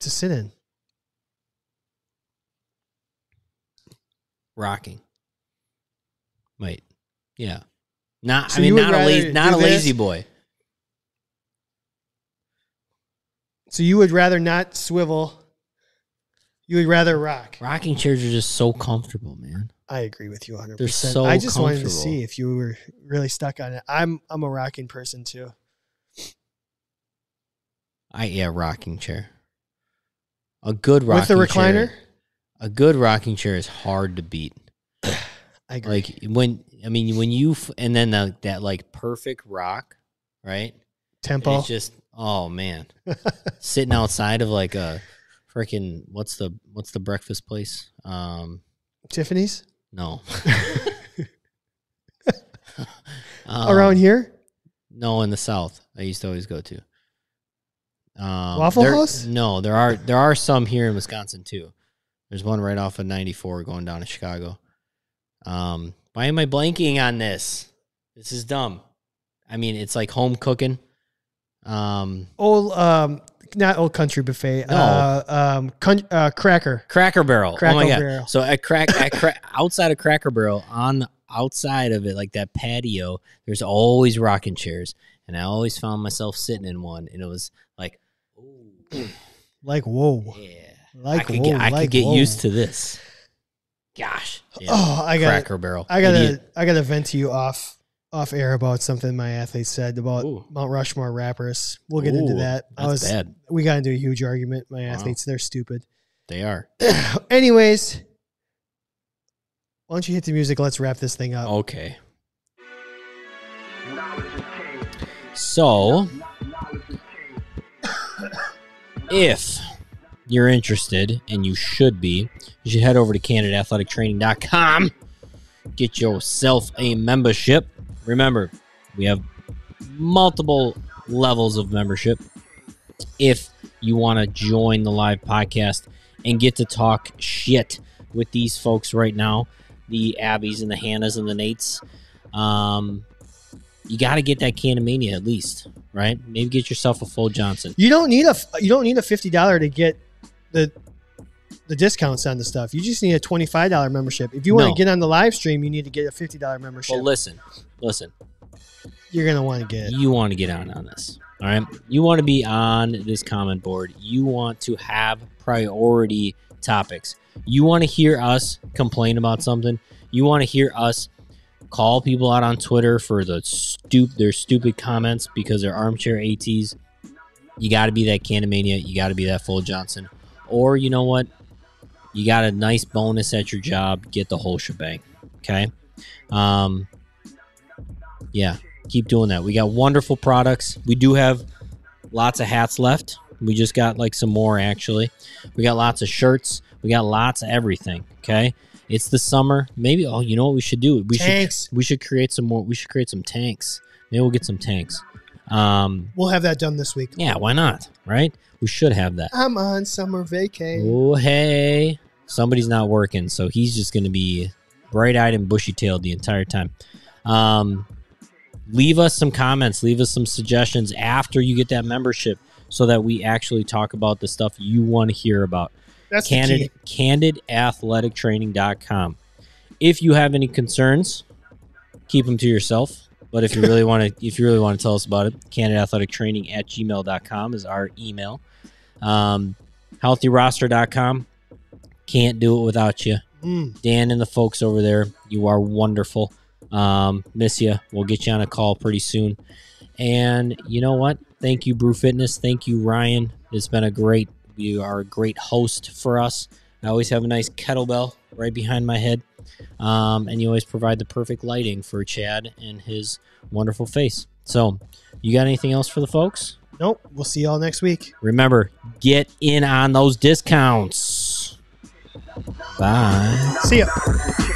to sit in?
rocking. Wait, yeah, not.
So
I
you
mean,
would
not a
rather
lazy, not
do
a lazy
this?
boy.
So you would rather not swivel. You would rather rock.
Rocking chairs are just so comfortable, man.
I agree with you 100%.
They're so
I just wanted to
comfortable.
see if you were really stuck on it. I'm I'm a rocking person too.
I yeah, rocking chair. A good rocking
With the recliner,
chair- a good rocking chair is hard to beat.
I agree.
Like when I mean when you f- and then the, that like perfect rock, right?
Tempo.
It's just oh man, sitting outside of like a freaking what's the what's the breakfast place? Um,
Tiffany's
no.
around
Um,
here.
No, in the South, I used to always go to. Um,
Waffle
there-
House?
No, there are there are some here in Wisconsin too. There's one right off of 94 going down to Chicago. Um, why am I blanking on this? This is dumb. I mean, it's like home cooking. Um,
Old um not old country buffet.
No.
Uh um con- uh cracker.
Cracker Barrel. oh my
Cracker
god!
Barrel.
So at crack at cra- outside of Cracker Barrel, on the outside of it, like that patio, there's always rocking chairs, and I always found myself sitting in one, and it was like, ooh,
Like whoa.
yeah.
Like
I could
whoa.
get, I
like
could get
whoa.
used to this. Gosh, Yeah.
Oh, I got
Cracker Barrel.
I got
Idiot.
to I got to vent to you off off air about something my athlete said about
Ooh.
Mount Rushmore rappers. We'll get into
Ooh,
that. I
That's
was
bad.
we got into a huge argument. My
Wow.
athletes, they're stupid.
They are
Anyways, why don't you hit the music? Let's wrap this thing up.
okay. So, if you're interested, and you should be, you should head over to CanadaAthleticTraining.com. Get yourself a membership. Remember, we have multiple levels of membership. If you want to join the live podcast and get to talk shit with these folks right now, the Abbies and the Hannahs and the Nates, um, you got to get that Canamania at least, right? Maybe get yourself a full Johnson.
You don't need a you don't need a fifty dollar to get the the discounts on the stuff. You just need a twenty five dollar membership. If you want
No.
to get on the live stream, you need to get a fifty dollar membership.
Well, listen, listen.
You're gonna want to get it.
You want to get on on this. All right. You want to be on this comment board. You want to have priority topics. You want to hear us complain about something. You want to hear us call people out on Twitter for the stup- their stupid comments because they're armchair ATs. You got to be that Canamania. You got to be that full Johnson. Or you know what? You got a nice bonus at your job. Get the whole shebang. Okay. Um, yeah keep doing that. We got wonderful products. We do have lots of hats left. We just got like some more actually. We got lots of shirts. We got lots of everything. Okay. It's the summer. Maybe oh, you know what we should do? We
Tanks.
should we should create some more we should create some tanks. Maybe we'll get some tanks. Um
We'll have that done this week.
yeah, why not? Right? We should have that.
I'm on summer vacay.
Oh hey. Somebody's not working, so he's just gonna be bright eyed and bushy tailed the entire time. Um leave us some comments, leave us some suggestions after you get that membership so that we actually talk about the stuff you want to hear about.
That's the key.
Candid, candidathletictraining.com. If you have any concerns, keep them to yourself. But if you really want to, if you really want to tell us about it, Canada Athletic Training at gmail.com is our email. Um, healthyroster.com. Can't do it without you.
Mm.
Dan and the folks over there, you are wonderful. Um, miss you. We'll get you on a call pretty soon. And you know what? Thank you, Brew Fitness. Thank you, Ryan. It's been a great. You are a great host for us. I always have a nice kettlebell right behind my head, um, and you always provide the perfect lighting for Chad and his wonderful face. So, you got anything else for the folks?
Nope. We'll see y'all next week.
Remember, get in on those discounts. Bye.
See ya.